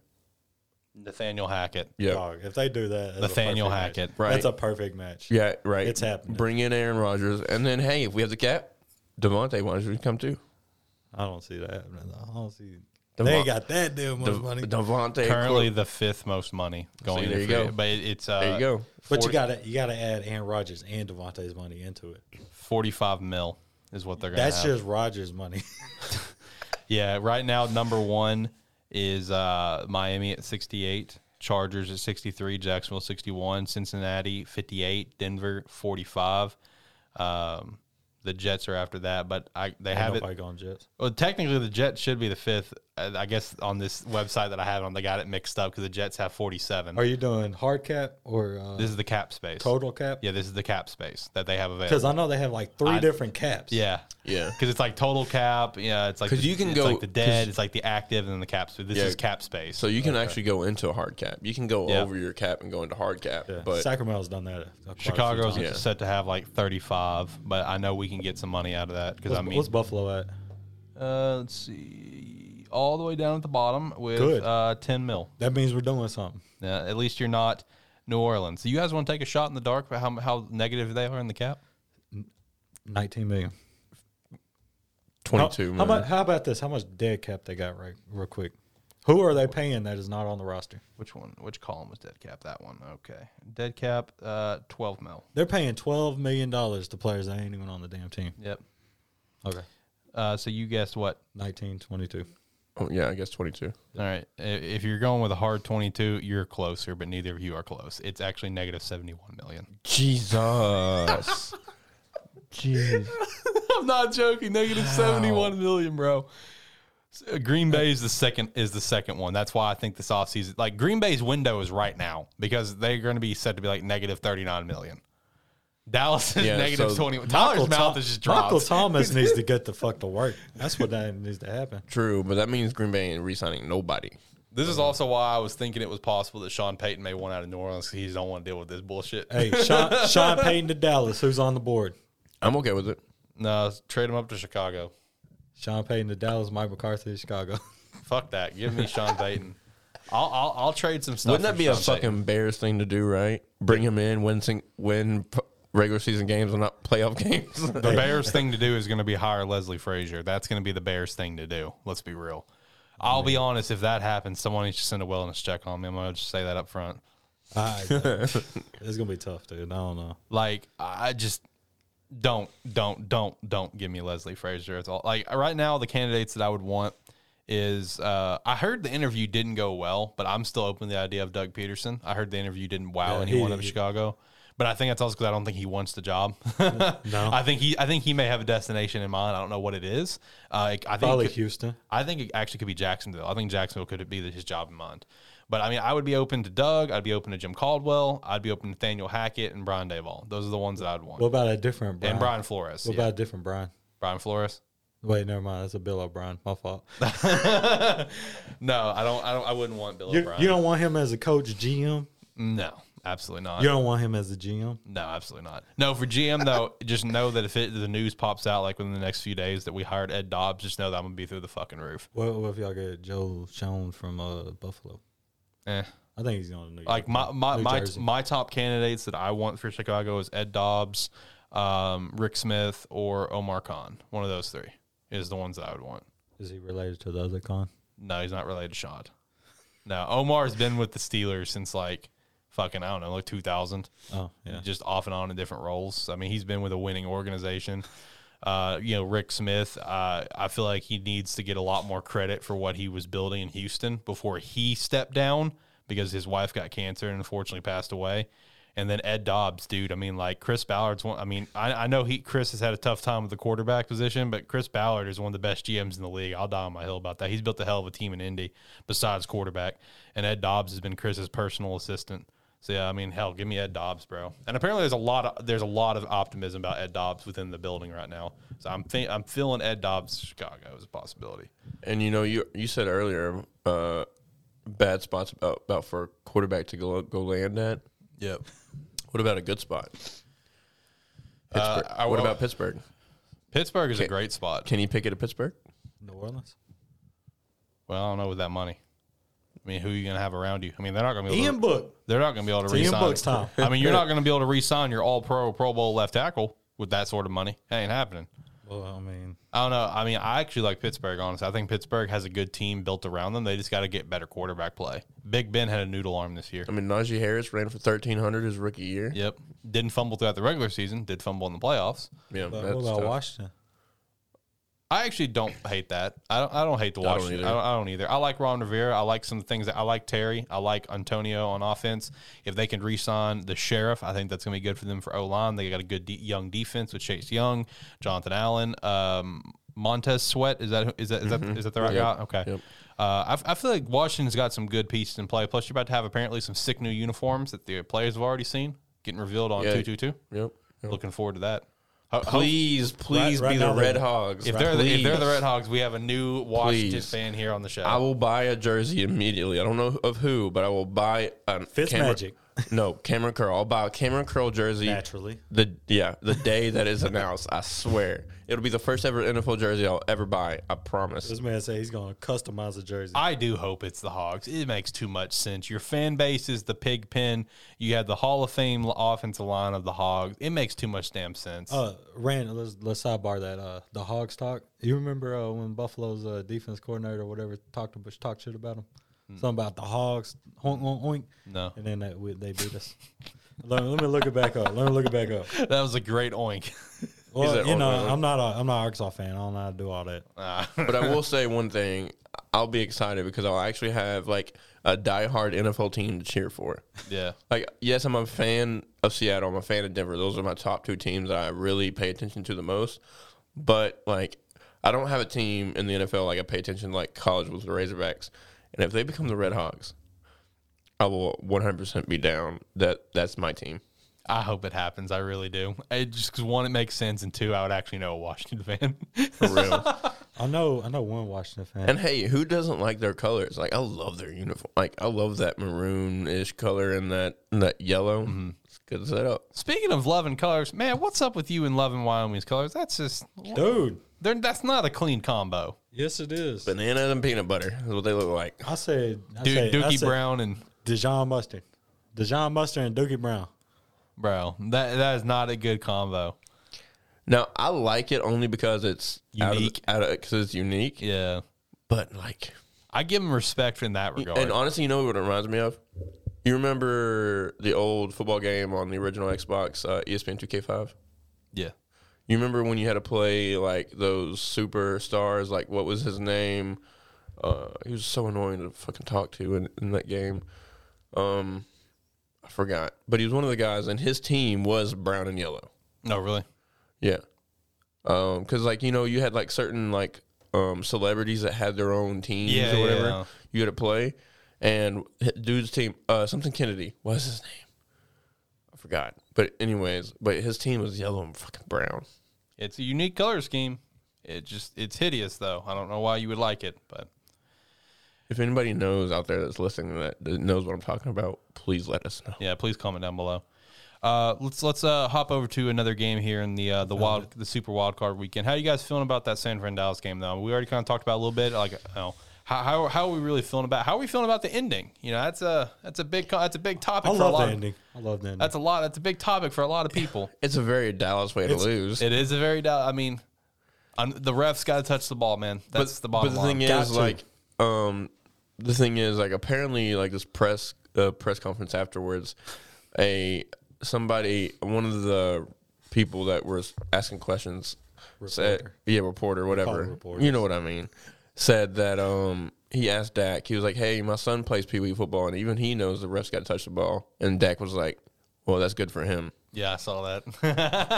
Speaker 2: Nathaniel Hackett.
Speaker 3: Yeah,
Speaker 1: Dog, if they do that, that's a
Speaker 2: Nathaniel
Speaker 1: perfect
Speaker 2: Hackett.
Speaker 1: match.
Speaker 3: Right.
Speaker 1: That's a perfect match.
Speaker 3: yeah, right.
Speaker 1: It's happening.
Speaker 3: Bring in Aaron Rodgers, and then hey, if we have the cap, Devontae, why don't you come too?
Speaker 1: I don't see that. happening. I don't see.
Speaker 3: Devon-
Speaker 1: they ain't got that damn much
Speaker 3: Dev-
Speaker 1: money.
Speaker 3: Devontae
Speaker 2: Currently
Speaker 3: Cook.
Speaker 2: the fifth most money going.
Speaker 3: See,
Speaker 2: to
Speaker 3: there you
Speaker 2: free-
Speaker 3: go.
Speaker 2: But it, it's uh,
Speaker 3: There you go.
Speaker 1: But you gotta you gotta add Aaron Rodgers and Devontae's money into it.
Speaker 2: forty-five mil is what they're going to have.
Speaker 1: That's just Rodgers' money.
Speaker 2: Yeah, right now number one is uh, Miami at sixty-eight, Chargers at sixty-three, Jacksonville sixty-one, Cincinnati fifty-eight, Denver forty-five. Um, the Jets are after that, but I they have
Speaker 1: Ain't
Speaker 2: it.
Speaker 1: nobody going Jets.
Speaker 2: Well, technically the Jets should be the fifth uh, I guess on this website that I have on, they got it mixed up because the Jets have 47.
Speaker 1: Are you doing hard cap or uh,
Speaker 2: this is the cap space.
Speaker 1: total cap?
Speaker 2: Yeah, this is the cap space that they have
Speaker 1: Because
Speaker 2: available.
Speaker 1: I know they have like three
Speaker 2: I-
Speaker 1: different caps.
Speaker 2: Yeah.
Speaker 3: Yeah.
Speaker 2: Because it's like total cap. Yeah, it's like
Speaker 3: 'Cause
Speaker 2: the-
Speaker 3: you can
Speaker 2: it's
Speaker 3: go-
Speaker 2: like the dead,
Speaker 3: 'cause-
Speaker 2: it's like the active, and then the cap. So this
Speaker 3: Yeah.
Speaker 2: is cap space.
Speaker 3: So you can actually go into a hard cap. You can go
Speaker 2: Yeah.
Speaker 3: over your cap and go into hard cap.
Speaker 1: Yeah.
Speaker 3: But
Speaker 1: Sacramento's done that. a- quite a few
Speaker 2: Chicago's
Speaker 1: times.
Speaker 3: Yeah.
Speaker 2: set to have like 35, but I know we can get some money out of that because
Speaker 1: What's,
Speaker 2: I mean,
Speaker 1: what's Buffalo at?
Speaker 2: uh, let's see, all the way down at the bottom with
Speaker 1: Good.
Speaker 2: uh, 10 mil.
Speaker 1: That means we're doing something.
Speaker 2: Uh, at least you're not New Orleans. So you guys want to take a shot in the dark about how, how negative they are in the cap?
Speaker 1: 19 million. How,
Speaker 3: 22
Speaker 1: how
Speaker 3: man.
Speaker 1: about how about this? How much dead cap they got right real quick? Who are they paying that is not on the roster?
Speaker 2: Which one? Which column was dead cap? That one. Okay, dead cap, uh, 12 mil.
Speaker 1: They're paying twelve million dollars to players that ain't even on the damn team.
Speaker 2: Yep.
Speaker 1: Okay.
Speaker 2: Uh, so you guessed what?
Speaker 1: 19, 22.
Speaker 3: Oh, yeah, I guess 22.
Speaker 2: All right. I- If you're going with a hard 22, you're closer, but neither of you are close. It's actually negative 71 million.
Speaker 3: Jesus. Jeez.
Speaker 2: I'm not joking. Negative 71 million, bro. S- uh, Green Bay is the second is the second one. That's why I think this offseason like Green Bay's window is right now because they're going to be said to be like negative 39 million. Dallas is
Speaker 3: Yeah,
Speaker 2: negative
Speaker 3: so
Speaker 2: 20. Tyler's mouth
Speaker 1: Tom-
Speaker 2: is just
Speaker 1: Michael
Speaker 2: dropped.
Speaker 1: Thomas needs to get the fuck to work. That's what that needs to happen.
Speaker 3: True, but that means Green Bay ain't re-signing nobody.
Speaker 2: This is also why I was thinking it was possible that Sean Payton may want out of New Orleans because he don't want to deal with this bullshit.
Speaker 1: Hey, Sean, Sean Payton to Dallas. Who's on the board?
Speaker 3: I'm okay with it.
Speaker 2: No, trade him up to Chicago.
Speaker 1: Sean Payton to Dallas. Mike McCarthy to Chicago.
Speaker 2: Fuck that. Give me Sean Payton. I'll, I'll I'll trade some stuff.
Speaker 3: Wouldn't
Speaker 2: for
Speaker 3: that be a
Speaker 2: Sean
Speaker 3: fucking
Speaker 2: Payton.
Speaker 3: Bears thing to do, right? Bring him in, win, sing, win p- regular season games and not playoff games.
Speaker 2: The Bears thing to do is going to be hire Leslie Frazier. That's going to be the Bears thing to do. Let's be real. I'll be honest. If that happens, someone needs to send a wellness check on me. I'm going to just say that up front.
Speaker 1: I, it's gonna be tough, dude. I don't know.
Speaker 2: Like I just don't, don't, don't, don't give me Leslie Frazier at all. Like right now, the candidates that I would want is uh, I heard the interview didn't go well, but I'm still open to the idea of Doug Peterson. I heard the interview didn't wow
Speaker 1: Yeah,
Speaker 2: anyone
Speaker 1: he-
Speaker 2: of Chicago. But I think that's also because I don't think he wants the job.
Speaker 1: No.
Speaker 2: I think he I think he may have a destination in mind. I don't know what it is. Uh, I think
Speaker 1: Probably Houston.
Speaker 2: I think it actually could be Jacksonville. I think Jacksonville could be his job in mind. But I mean, I would be open to Doug. I'd be open to Jim Caldwell. I'd be open to Nathaniel Hackett and Brian Dayball. Those are the ones that I'd want.
Speaker 1: What about a different Brian?
Speaker 2: and Brian Flores.
Speaker 1: What
Speaker 2: yeah.
Speaker 1: about a different Brian?
Speaker 2: Brian Flores?
Speaker 1: Wait, never mind. That's a Bill O'Brien. My fault.
Speaker 2: Oh, No, I don't. I don't. I wouldn't want Bill
Speaker 1: You,
Speaker 2: O'Brien. Mm,
Speaker 1: you don't want him as a coach GM.
Speaker 2: no, absolutely not.
Speaker 1: You don't want him as a GM.
Speaker 2: No, absolutely not. No, for GM though, just know that if it, the news pops out like within the next few days that we hired Ed Dobbs, just know that I'm gonna be through the fucking roof.
Speaker 1: What, what if y'all get Joe Schoen from uh, Buffalo?
Speaker 2: Eh.
Speaker 1: I think he's going to New York.
Speaker 2: like my my
Speaker 1: New
Speaker 2: my,
Speaker 1: Jersey.
Speaker 2: my top candidates that I want for Chicago is Ed Dobbs, um, Rick Smith, or Omar Khan. One of those three is the ones that I would want.
Speaker 1: Is he related to the other con?
Speaker 2: No, he's not related to Shad. No, Omar's been with the Steelers since like fucking I don't know, like two thousand.
Speaker 1: Oh, yeah.
Speaker 2: Just off and on in different roles. I mean, he's been with a winning organization. Uh, you know, Rick Smith, uh, I feel like he needs to get a lot more credit for what he was building in Houston before he stepped down because his wife got cancer and unfortunately passed away. And then Ed Dobbs, dude. I mean, like Chris Ballard's one. I mean, I, I know he Chris has had a tough time with the quarterback position, but Chris Ballard is one of the best GMs in the league. I'll die on my hill about that. He's built a hell of a team in Indy besides quarterback, and Ed Dobbs has been Chris's personal assistant. So yeah, I mean, hell, give me Ed Dobbs, bro. And apparently, there's a lot of there's a lot of optimism about Ed Dobbs within the building right now. So I'm fe- I'm feeling Ed Dobbs to Chicago is a possibility.
Speaker 3: and you know, you you said earlier, uh, bad spots about, about for a quarterback to go go land at.
Speaker 2: Yep.
Speaker 3: What about a good spot?
Speaker 2: Uh,
Speaker 3: Pittsburgh.
Speaker 2: I
Speaker 3: what
Speaker 2: will-
Speaker 3: about Pittsburgh?
Speaker 2: Pittsburgh is a
Speaker 3: Okay.
Speaker 2: great spot.
Speaker 3: Can he pick it at Pittsburgh?
Speaker 1: New Orleans?
Speaker 2: Well, I don't know with that money. I mean, who are you gonna have around you? I mean, they're not gonna be able
Speaker 1: Ian
Speaker 2: to,
Speaker 1: Book.
Speaker 2: they're not gonna be able to
Speaker 1: Ian
Speaker 2: resign.
Speaker 1: Book's time.
Speaker 2: I mean, you're not gonna be able to resign your All Pro Pro Bowl left tackle with that sort of money. That ain't happening.
Speaker 1: Well, I mean,
Speaker 2: I don't know. I mean, I actually like Pittsburgh, honestly. I think Pittsburgh has a good team built around them. They just got to get better quarterback play. Big Ben had a noodle arm this year.
Speaker 3: I mean, Najee Harris ran for 1,300 his rookie year.
Speaker 2: Yep. Didn't fumble throughout the regular season, did fumble in the playoffs.
Speaker 3: Yeah,
Speaker 1: but
Speaker 3: that's
Speaker 1: what
Speaker 2: uh,
Speaker 1: about
Speaker 3: tough.
Speaker 1: Washington?
Speaker 2: I actually don't hate that. I don't. I don't hate the
Speaker 3: don't
Speaker 2: Washington.
Speaker 3: either.
Speaker 2: I don't, I don't either. I like Ron Rivera. I like some things that I like Terry. I like Antonio on offense. If they can re-sign the sheriff, I think that's going to be good for them for O line. They got a good de- young defense with Chase Young, Jonathan Allen. Um, Montez Sweat. Is that who- is that is that is that the right
Speaker 3: Mm-hmm. Yep.
Speaker 2: guy? Okay.
Speaker 3: Yep.
Speaker 2: Uh, I, I feel like Washington's got some good pieces in play. Plus, you're about to have apparently some sick new uniforms that the players have already seen getting revealed on
Speaker 3: Yeah.
Speaker 2: two two two.
Speaker 3: Yep.
Speaker 2: Looking forward to that. Ho- ho-
Speaker 3: Please, please
Speaker 1: right
Speaker 3: be
Speaker 1: now
Speaker 3: the
Speaker 1: they-
Speaker 3: Red Hogs.
Speaker 2: if they're the, if they're the
Speaker 3: Please.
Speaker 2: Red Hogs, we have a new Washington
Speaker 3: Please.
Speaker 2: fan here on the show.
Speaker 3: I will buy a jersey immediately. I don't know of who, but I will buy a
Speaker 1: Fitzmagic.
Speaker 3: No, Cameron Curl. I'll buy a Cameron Curl jersey.
Speaker 1: Naturally.
Speaker 3: The yeah, the day that is announced, I swear it'll be the first ever NFL jersey I'll ever buy. I promise.
Speaker 1: This man said he's going to customize a jersey.
Speaker 2: I do hope it's the Hogs. It makes too much sense. Your fan base is the pig pen. You have the Hall of Fame offensive line of the Hogs. It makes too much damn sense.
Speaker 1: Uh, Rand, let's let's sidebar that. Uh, the Hogs talk. You remember uh, when Buffalo's uh, defense coordinator or whatever talked about talked shit about them? Something about the Hogs. Oink oink oink.
Speaker 2: Hmm. No.
Speaker 1: And then that, we, they beat us. let, me, let me look it back up. Let me look it back up.
Speaker 2: that was a great oink.
Speaker 1: Well,
Speaker 3: said
Speaker 1: you
Speaker 2: "Oh,
Speaker 3: oink,
Speaker 1: know,
Speaker 3: oink, oink.
Speaker 1: I'm not a I'm not an Arkansas fan. I don't know how to do all that.
Speaker 3: But I will say one thing: I'll be excited because I'll actually have like a diehard NFL team to cheer for.
Speaker 2: yeah.
Speaker 3: Like, yes, I'm a fan of Seattle. I'm a fan of Denver. Those are my top two teams that I really pay attention to the most. But like, I don't have a team in the NFL like I pay attention like college was the Razorbacks. And if they become the Red Hawks, I will 100% be down. That that's my team.
Speaker 2: I hope it happens. I really do. I just because one, it makes sense, and two, I would actually know a Washington fan.
Speaker 3: For real.
Speaker 1: I know I know one Washington fan.
Speaker 3: and hey, who doesn't like their colors? Like I love their uniform. Like I love that maroon ish color and that and that yellow. It's good setup.
Speaker 2: Speaking of love and colors, man, what's up with you and love and Wyoming's colors? That's just
Speaker 1: Dude,
Speaker 2: they're, that's not a clean combo,
Speaker 1: yes it is.
Speaker 3: Bananas and peanut butter is what they look like.
Speaker 1: I said, I
Speaker 2: dude.
Speaker 1: said, I
Speaker 2: Dookie
Speaker 1: said
Speaker 2: Brown and
Speaker 1: Dijon mustard, Dijon mustard and Dookie Brown.
Speaker 2: bro, that that is not a good combo.
Speaker 3: Now I like it only because it's
Speaker 2: Unique.
Speaker 3: out of because it's unique.
Speaker 2: Yeah,
Speaker 3: But like,
Speaker 2: I give him respect in that regard.
Speaker 1: uh,
Speaker 3: and honestly, you know what it reminds me of? You remember the old football game on the original Xbox, uh, ESPN Two K Five?
Speaker 2: yeah,
Speaker 3: You remember when you had to play like those superstars? Like what was his name? Uh, he was so annoying to fucking talk to in, in that game. Um, I forgot, but he was one of the guys, and his team was brown and yellow.
Speaker 2: no, really.
Speaker 3: Yeah. Um, because like you know, you had like certain like um celebrities that had their own teams
Speaker 2: Yeah,
Speaker 3: or whatever.
Speaker 2: yeah.
Speaker 3: You had to play, and h- dude's team, uh, something Kennedy. What was his name? I forgot. But anyways, but his team was yellow and fucking brown.
Speaker 2: It's a unique color scheme. It just it's hideous though. I don't know why you would like it, but
Speaker 3: If anybody knows out there that's listening that, that knows what I'm talking about, please let us know.
Speaker 2: yeah, please comment down below. Uh, let's let's uh, hop over to another game here in the uh, the wild the Super Wild Card weekend. How you guys feeling about that San Fran Dallas game though? We already kind of talked about it a little bit. Like, oh, how, how how are we really feeling about how are we feeling about the ending? You know, that's a that's a big co- that's a big topic
Speaker 1: I
Speaker 2: for a
Speaker 1: love
Speaker 2: lot.
Speaker 1: that
Speaker 2: Of,
Speaker 1: ending. I love that ending.
Speaker 2: that's a lot. That's a big topic for a lot of people.
Speaker 3: It's a very Dallas way to lose.
Speaker 2: it is a very. Dal- I mean, i the refs got to touch the ball, man. That's the bottom
Speaker 3: but the
Speaker 2: line.
Speaker 3: thing
Speaker 1: Got
Speaker 3: is
Speaker 1: to.
Speaker 3: like um the thing is like apparently like this press uh, press conference afterwards a somebody one of the people that was asking questions said yeah reporter
Speaker 1: them
Speaker 3: whatever
Speaker 1: reporters.
Speaker 3: you know what i mean said that um he asked Dak he was like hey my son plays pee wee football and even he knows the refs got to touch the ball and Dak was like well that's good for him
Speaker 2: Yeah, I saw that.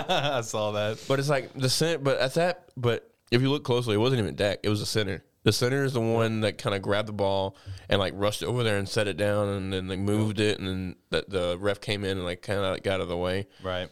Speaker 2: I saw that.
Speaker 3: but it's like the center. But at that, but if you look closely, it wasn't even Dak. It was the center. The center is the one that kind of grabbed the ball and like rushed over there and set it down, and then they moved it, and then the, the ref came in and like kind of got out of the way.
Speaker 2: Right.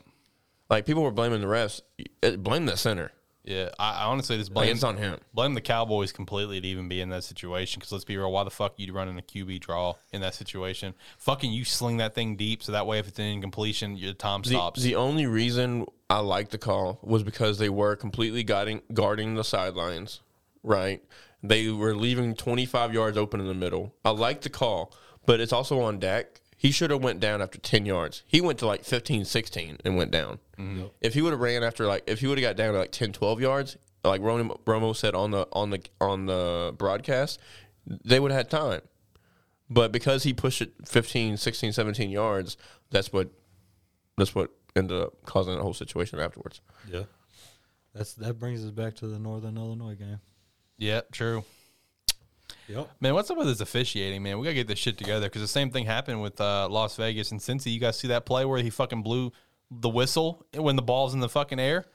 Speaker 3: Like people were blaming the refs. Eh, Blame the center.
Speaker 2: Yeah. I, I honestly just
Speaker 3: Like
Speaker 2: blame
Speaker 3: it's on him.
Speaker 2: blame the Cowboys completely to even be in that situation. Because let's be real, why the fuck you running a QB draw in that situation? Fucking you sling that thing deep so that way if it's an incompletion, your time
Speaker 3: The,
Speaker 2: stops.
Speaker 3: the only reason I liked the call was because they were completely guarding guarding the sidelines, right? They were leaving 25 yards open in the middle. I like the call, but it's also on Dak. He should have went down after 10 yards. He went to like 15, 16 and went down. If he would have ran after like if he would have got down to like 10, 12 yards, like Romo, Romo said on the on the on the broadcast, they would have had time. But because he pushed it 15, 16, 17 yards, that's what that's what ended up causing the whole situation afterwards.
Speaker 1: yeah. That's that brings us back to the Northern Illinois game.
Speaker 2: yep, true.
Speaker 1: Yep.
Speaker 2: Man, what's up with this officiating, man? We gotta get this shit together because the same thing happened with uh, Las Vegas and Cincy. You guys see that play where he fucking blew the whistle when the ball's in the fucking air?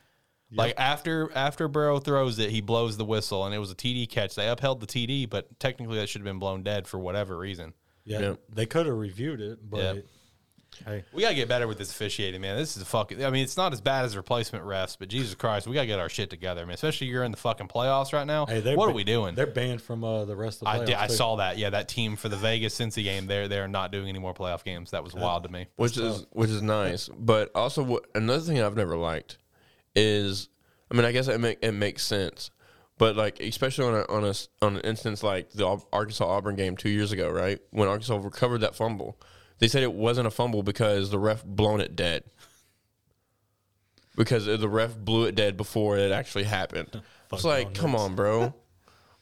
Speaker 2: Like after after Burrow throws it, he blows the whistle, and it was a TD catch. They upheld the TD, but technically that should have been blown dead for whatever reason.
Speaker 1: Yeah,
Speaker 3: Yep.
Speaker 1: they could have reviewed it, but
Speaker 2: Yep.
Speaker 1: hey,
Speaker 2: We gotta get better with this officiating, man. This is a fucking. I mean, it's not as bad as replacement refs, but Jesus Christ, we gotta get our shit together, man. Especially you're in the fucking playoffs right now.
Speaker 1: hey, they're
Speaker 2: what are
Speaker 1: ba-
Speaker 2: we doing?
Speaker 1: They're banned from uh, the rest of the playoffs.
Speaker 2: I did, I
Speaker 1: too.
Speaker 2: saw that. Yeah, that team for the Vegas Cincy game. They're they're not doing any more playoff games. That was wild to me.
Speaker 3: which is which is nice. But also, what, another thing I've never liked is, I mean, I guess it make, it makes sense, but like especially on a, on a s- on an instance like the Au- Arkansas Auburn game two years ago, right when Arkansas recovered that fumble, they said it wasn't a fumble because the ref blown it dead. Because the ref blew it dead before it actually happened. it's like, come on, bro.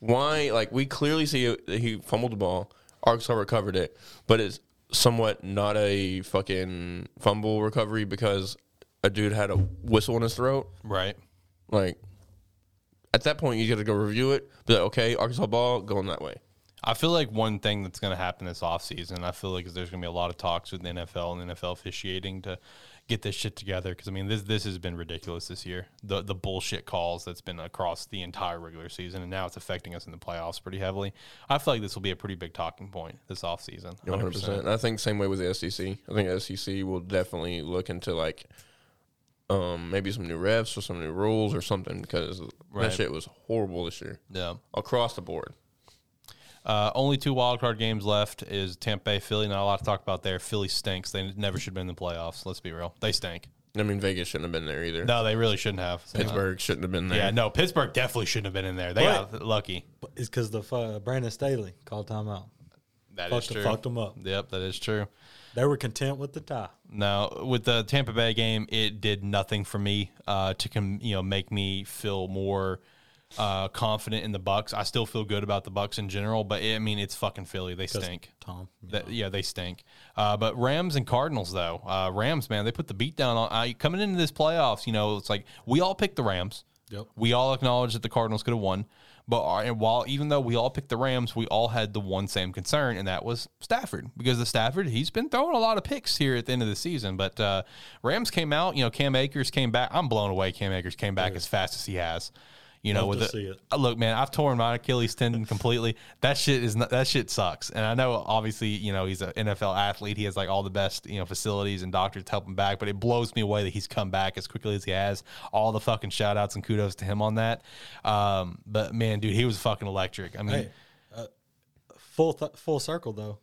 Speaker 3: Why? Like, we clearly see that he fumbled the ball. Arkansas recovered it, but it's somewhat not a fucking fumble recovery because a dude had a whistle in his throat.
Speaker 2: Right.
Speaker 3: Like, at that point, you got to go review it. Be like, okay, Arkansas ball going that way.
Speaker 2: I feel like one thing that's going to happen this offseason, I feel like is there's going to be a lot of talks with the NFL and NFL officiating to get this shit together. Because, I mean, this this has been ridiculous this year. The the bullshit calls that's been across the entire regular season, and now it's affecting us in the playoffs pretty heavily. I feel like this will be a pretty big talking point this offseason.
Speaker 3: 100.
Speaker 2: 100%.
Speaker 3: percent I think same way with the SEC. I think SEC will definitely look into like, um, maybe some new refs or some new rules or something because
Speaker 2: Right.
Speaker 3: that shit was horrible this year
Speaker 2: Yeah.
Speaker 3: across the board.
Speaker 2: Uh, only two wild card games left is Tampa Bay, Philly. Not a lot to talk about there. Philly stinks. They never should have been in the playoffs. Let's be real. They stink.
Speaker 3: I mean, Vegas shouldn't have been there either.
Speaker 2: No, they really shouldn't have.
Speaker 3: Pittsburgh shouldn't have been there.
Speaker 2: Yeah, no, Pittsburgh definitely shouldn't have been in there. They
Speaker 1: But-
Speaker 2: got lucky.
Speaker 1: But It's because the uh, Brandon Staley called timeout.
Speaker 2: That is
Speaker 1: Fucked,
Speaker 2: true.
Speaker 1: fucked them up.
Speaker 2: Yep, that is true.
Speaker 1: They were content with the tie.
Speaker 2: Now, with the Tampa Bay game, it did nothing for me uh, to com- you know make me feel more uh, confident in the Bucks. I still feel good about the Bucks in general, but I mean, it's fucking Philly. They stink.
Speaker 1: Tom,
Speaker 2: That, yeah, they stink. Uh, but Rams and Cardinals, though, uh, Rams, man, they put the beat down on. I, coming into this playoffs, you know, it's like we all picked the Rams.
Speaker 1: Yep.
Speaker 2: We all acknowledge that the Cardinals could have won, but our, and while even though we all picked the Rams, we all had the one same concern, and that was Stafford because the Stafford he's been throwing a lot of picks here at the end of the season. But uh, Rams came out, you know, Cam Akers came back. I'm blown away. Cam Akers came back as fast as he has. You know,
Speaker 1: Love
Speaker 2: with
Speaker 1: to
Speaker 2: the,
Speaker 1: see it.
Speaker 2: uh, look, man, I've torn my Achilles tendon completely. That shit is not, that shit sucks. And I know, obviously, you know, he's an NFL athlete. He has like all the best, you know, facilities and doctors to help him back. But it blows me away that he's come back as quickly as he has. All the fucking shout outs and kudos to him on that. Um, but man, dude, he was fucking electric. I mean,
Speaker 1: Hey, uh, full th- full circle though.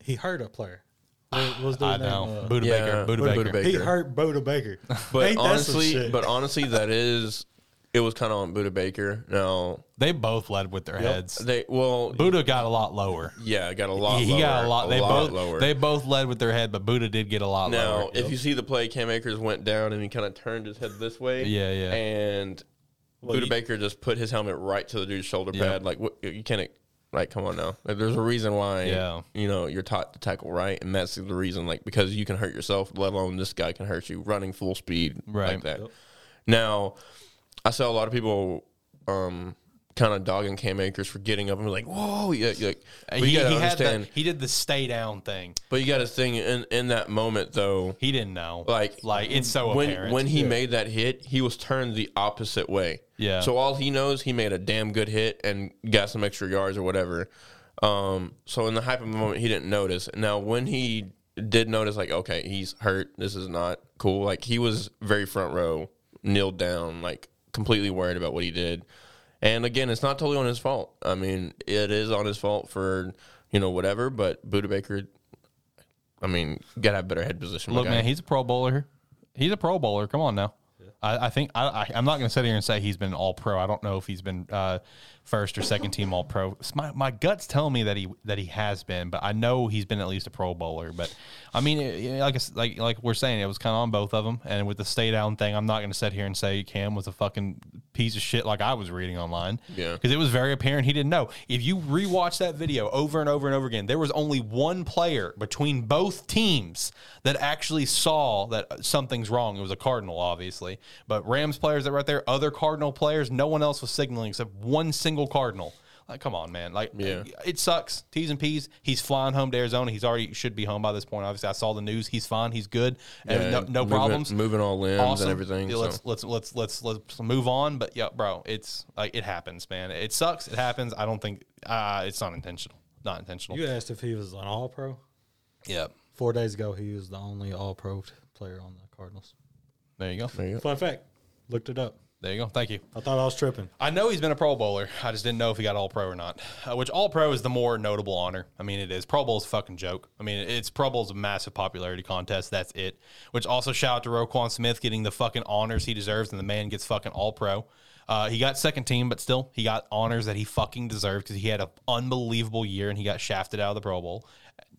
Speaker 1: He hurt a player. What was their
Speaker 2: I
Speaker 1: name?
Speaker 2: know,
Speaker 1: Uh,
Speaker 2: Buda
Speaker 3: yeah,
Speaker 2: Baker, Buda Baker.
Speaker 3: Buda Baker.
Speaker 1: he hurt Boda Baker.
Speaker 3: But
Speaker 1: Ain't that some
Speaker 3: honestly,
Speaker 1: shit?
Speaker 3: but honestly, that is it was kind of on Buda Baker. Now
Speaker 2: They both led with their heads.
Speaker 3: they well,
Speaker 2: Buda got a lot lower.
Speaker 3: yeah, got a lot.
Speaker 2: he
Speaker 3: lower,
Speaker 2: got a lot. they both
Speaker 3: lower.
Speaker 2: they both led with their head, but Buda did get a lot
Speaker 3: now,
Speaker 2: lower.
Speaker 3: if you see the play, Cam Akers went down and he kind of turned his head this way.
Speaker 2: Yeah, yeah.
Speaker 3: And Buda
Speaker 1: you-
Speaker 3: Baker just put his helmet right to the dude's shoulder pad. Like what, you can't. Like, come on now. Like, there's a reason why,
Speaker 2: Yeah.
Speaker 3: you know, you're taught to tackle right, and that's the reason. Like, because you can hurt yourself, let alone this guy can hurt you running full speed
Speaker 2: Right.
Speaker 3: like that. Now, I saw a lot of people um, kind of dogging Cam Akers for getting up and be like, "Whoa!" Yeah, yeah. But
Speaker 2: he,
Speaker 3: you gotta
Speaker 2: he had the-
Speaker 3: understand.
Speaker 2: he did the stay down thing.
Speaker 3: but you got to think in in that moment though,
Speaker 2: He didn't know.
Speaker 3: like
Speaker 2: like it's so
Speaker 3: when
Speaker 2: apparent.
Speaker 3: when he made that hit, he was turned the opposite way.
Speaker 2: Yeah.
Speaker 3: So all he knows, he made a damn good hit and got some extra yards or whatever. Um. So in the hype of the moment, he didn't notice. Now when he did notice, like, okay, he's hurt. This is not cool. Like he was very front row, kneeled down, like completely worried about what he did. And again, it's not totally on his fault. I mean, it is on his fault for you know whatever. But Buda Baker, I mean, gotta have better head position. my
Speaker 2: look,
Speaker 3: guy.
Speaker 2: man, he's a Pro Bowler. He's a Pro Bowler. Come on now. I, I think I, I, I'm not going to sit here and say he's been All Pro. I don't know if he's been uh, first or second team All Pro. It's My, my guts tell me that he that he has been, but I know he's been at least a Pro Bowler. But I mean, it- it- like I s- like like we're saying, it was kind of on both of them. And with the stay down thing, I'm not going to sit here and say Cam was a fucking piece of shit like I was reading online.
Speaker 3: Yeah.
Speaker 2: because it was very apparent he didn't know. If you rewatch that video over and over and over again, there was only one player between both teams that actually saw that something's wrong. It was a Cardinal, obviously, but Rams players that were out there, other Cardinal players, no one else was signaling except one single Cardinal. Like, come on, man. Like,
Speaker 3: Yeah.
Speaker 2: it sucks. T's and P's. He's flying home to Arizona. He's already should be home by this point. Obviously, I saw the news. He's fine. He's good. And
Speaker 3: Yeah,
Speaker 2: no, no
Speaker 3: moving-
Speaker 2: problems.
Speaker 3: Moving all limbs and everything.
Speaker 2: Yeah,
Speaker 3: so.
Speaker 2: Let's, let's let's let's let's move on. But yeah, bro, it's like it happens, man. It sucks. It happens. I don't think uh, it's not intentional. Not intentional.
Speaker 1: You asked if he was an All Pro.
Speaker 2: yeah.
Speaker 1: Four days ago, he was the only All Pro player on the Cardinals.
Speaker 2: There you go.
Speaker 3: There you go.
Speaker 1: Fun fact. Looked it up.
Speaker 2: There you go. Thank you.
Speaker 1: I thought I was tripping.
Speaker 2: I know he's been a Pro Bowler. I just didn't know if he got All Pro or not. Uh, which All Pro is the more notable honor. I mean, it is Pro Bowl's a fucking joke. I mean, it's Pro Bowl's a massive popularity contest. That's it. Which also shout out to Roquan Smith getting the fucking honors he deserves, and the man gets fucking All Pro. Uh, he got second team, but still, he got honors that he fucking deserved because he had an unbelievable year and he got shafted out of the Pro Bowl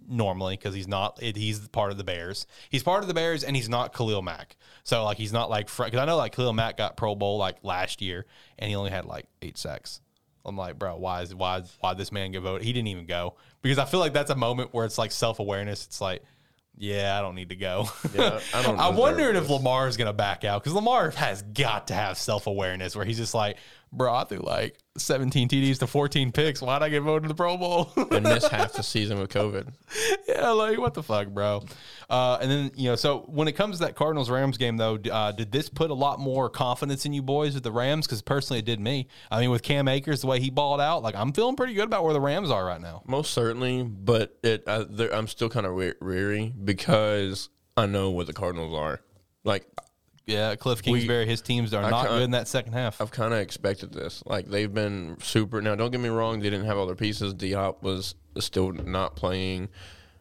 Speaker 2: normally because he's not it, he's part of the Bears. He's part of the Bears and he's not Khalil Mack. So like he's not like because I know like Khalil Mack got Pro Bowl like last year and he only had like eight sacks. I'm like, bro, why is why why this man get voted? He didn't even go because I feel like that's a moment where it's like self awareness. It's like, yeah, I don't need to go.
Speaker 3: Yeah, I don't
Speaker 2: I
Speaker 3: deserve
Speaker 2: wondered if
Speaker 3: this.
Speaker 2: Lamar is gonna back out because Lamar has got to have self awareness where he's just like, bro, I threw like 17 TDs to 14 picks. Why'd I get voted to the Pro Bowl?
Speaker 3: and miss half the season with COVID.
Speaker 2: yeah, like what the fuck, bro. Uh, and then you know, so when it comes to that Cardinals Rams game, though, d- uh, did this put a lot more confidence in you boys with the Rams? Because personally, it did me. I mean, with Cam Akers, the way he balled out, like I'm feeling pretty good about where the Rams are right now.
Speaker 3: Most certainly, but it I, there, I'm still kind of we- weary because I know what the Cardinals are. Like
Speaker 2: Yeah, Cliff Kingsbury, his teams are not
Speaker 3: ca-
Speaker 2: good in that second half.
Speaker 3: I've kind of expected this. Like they've been super. Now, don't get me wrong; they didn't have all their pieces. Diop was still not playing,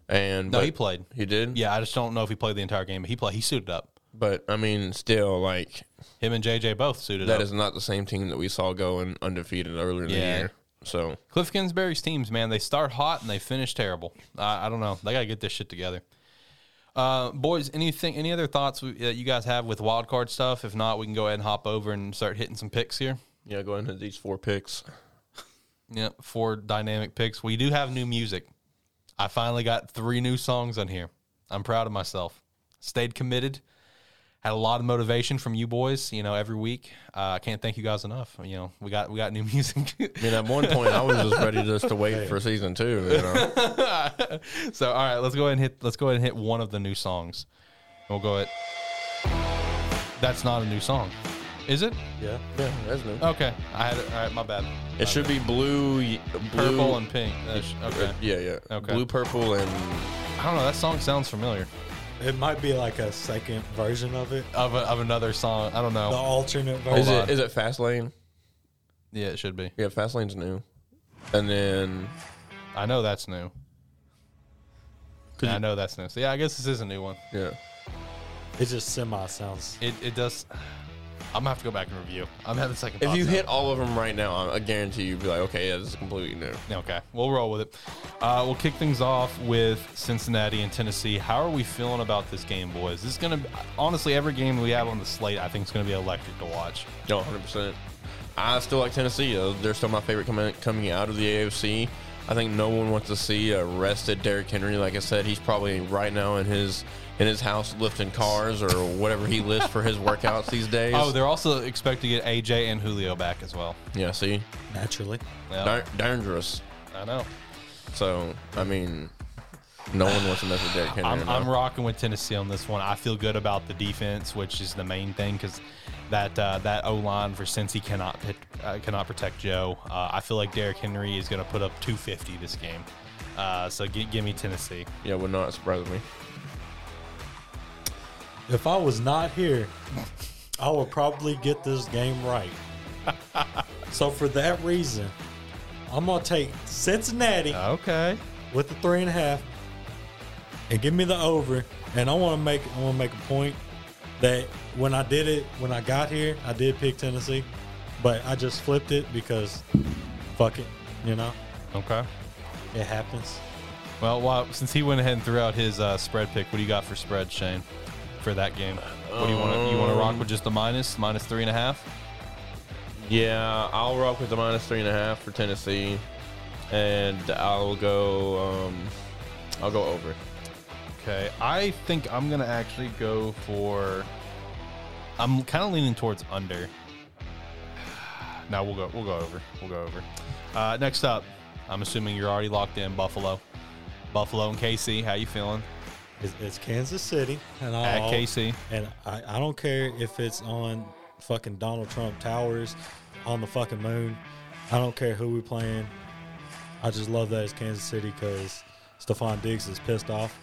Speaker 3: and
Speaker 2: no,
Speaker 3: but-
Speaker 2: he played.
Speaker 3: He did.
Speaker 2: Yeah, I just don't know if he played the entire game, but he played. He suited up.
Speaker 3: but I mean, still, like
Speaker 2: Him and JJ both suited
Speaker 3: that
Speaker 2: up.
Speaker 3: is not the same team that we saw going undefeated earlier in
Speaker 2: Yeah.
Speaker 3: the year. So
Speaker 2: Cliff Kingsbury's teams, man, they start hot and they finish terrible. I, I don't know. They got to get this shit together. Uh, boys, anything, any other thoughts we- that you guys have with wild card stuff? If not, we can go ahead and hop over and start hitting some picks here.
Speaker 3: yeah, go into these four picks.
Speaker 2: Yeah, four dynamic picks. We do have new music. I finally got three new songs on here. I'm proud of myself. Stayed committed. Had a lot of motivation from you boys. You know, every week. Uh, I can't thank you guys enough. You know, we got we got new music.
Speaker 3: I mean, at one point, I was just ready just to wait for season two. You know?
Speaker 2: so all right, let's go ahead and hit. Let's go ahead and hit one of the new songs. We'll go ahead. That's not a new song, is it?
Speaker 1: Yeah.
Speaker 3: yeah, that's new.
Speaker 2: Okay, I had it. All right, my bad.
Speaker 3: It should be blue, y- blue
Speaker 2: Purple and pink. That's- okay,
Speaker 3: yeah, yeah,
Speaker 2: Okay.
Speaker 3: blue, purple, and
Speaker 2: I don't know. That song sounds familiar.
Speaker 1: It might be like a second version of it,
Speaker 2: Of, a, of another song, I don't
Speaker 1: the
Speaker 2: know.
Speaker 1: alternate
Speaker 3: is
Speaker 1: version.
Speaker 3: it is it fast lane?
Speaker 2: Yeah, it should be.
Speaker 3: Yeah, fast lane's new, and then
Speaker 2: I know that's new.
Speaker 3: Could
Speaker 2: Yeah, I
Speaker 3: you-
Speaker 2: know that's new. So yeah, I guess this is a new one.
Speaker 3: yeah,
Speaker 1: It just semi sounds.
Speaker 2: It, it does. I'm gonna have to go back and review. I'm having second.
Speaker 3: if
Speaker 2: thoughts
Speaker 3: you
Speaker 2: now.
Speaker 3: hit all of them right now, I I guarantee you'd be like, okay, yeah, this is completely new.
Speaker 2: Okay, we'll roll with it. Uh, we'll kick things off with Cincinnati and Tennessee. How are we feeling about this game, boys? This is gonna honestly every game we have on the slate, I think is gonna be electric to watch.
Speaker 3: No, hundred percent. I still like Tennessee. though. They're still my favorite coming coming out of the AFC. I think no one wants to see a rested Derrick Henry. Like I said, he's probably right now in his in his house lifting cars or whatever he lifts for his workouts these days.
Speaker 2: Oh, they're also expect to get AJ and Julio back as well.
Speaker 3: yeah, see,
Speaker 1: Naturally.
Speaker 2: Yeah,
Speaker 3: Dar- dangerous.
Speaker 2: I know.
Speaker 3: So I mean, no one wants to mess with Derrick Henry.
Speaker 2: I'm,
Speaker 3: no.
Speaker 2: I'm rocking with Tennessee on this one. I feel good about the defense, which is the main thing because that uh, that O line for Cincy cannot pit, uh, cannot protect Joe. Uh, I feel like Derrick Henry is going to put up 250 this game. Uh, so gi- give me Tennessee.
Speaker 3: yeah, would not surprise me.
Speaker 1: If I was not here, I would probably get this game right. so for that reason, I'm gonna take Cincinnati
Speaker 2: Okay.
Speaker 1: with the three and a half, and give me the over. And I want to make I want to make a point that when I did it when I got here, I did pick Tennessee, but I just flipped it because fuck it, you know,
Speaker 2: Okay.
Speaker 1: it happens.
Speaker 2: Well, well since he went ahead and threw out his uh, spread pick, what do you got for spread, Shane, for that game? What do you want? to You want to rock with just the minus, minus three and a half?
Speaker 3: Yeah, I'll rock with the minus three and a half for Tennessee, and I'll go. Um, I'll go over.
Speaker 2: Okay. I think I'm gonna actually go for. I'm kind of leaning towards under. No, we'll go. We'll go over. We'll go over. Uh, next up, I'm assuming you're already locked in Buffalo. Buffalo and KC, how you feeling?
Speaker 1: It's, it's Kansas City, and I
Speaker 2: At KC.
Speaker 1: and I, I don't care if it's on fucking Donald Trump towers, on the fucking moon. I don't care who we playing. I just love that it's Kansas City because Stephon Diggs is pissed off.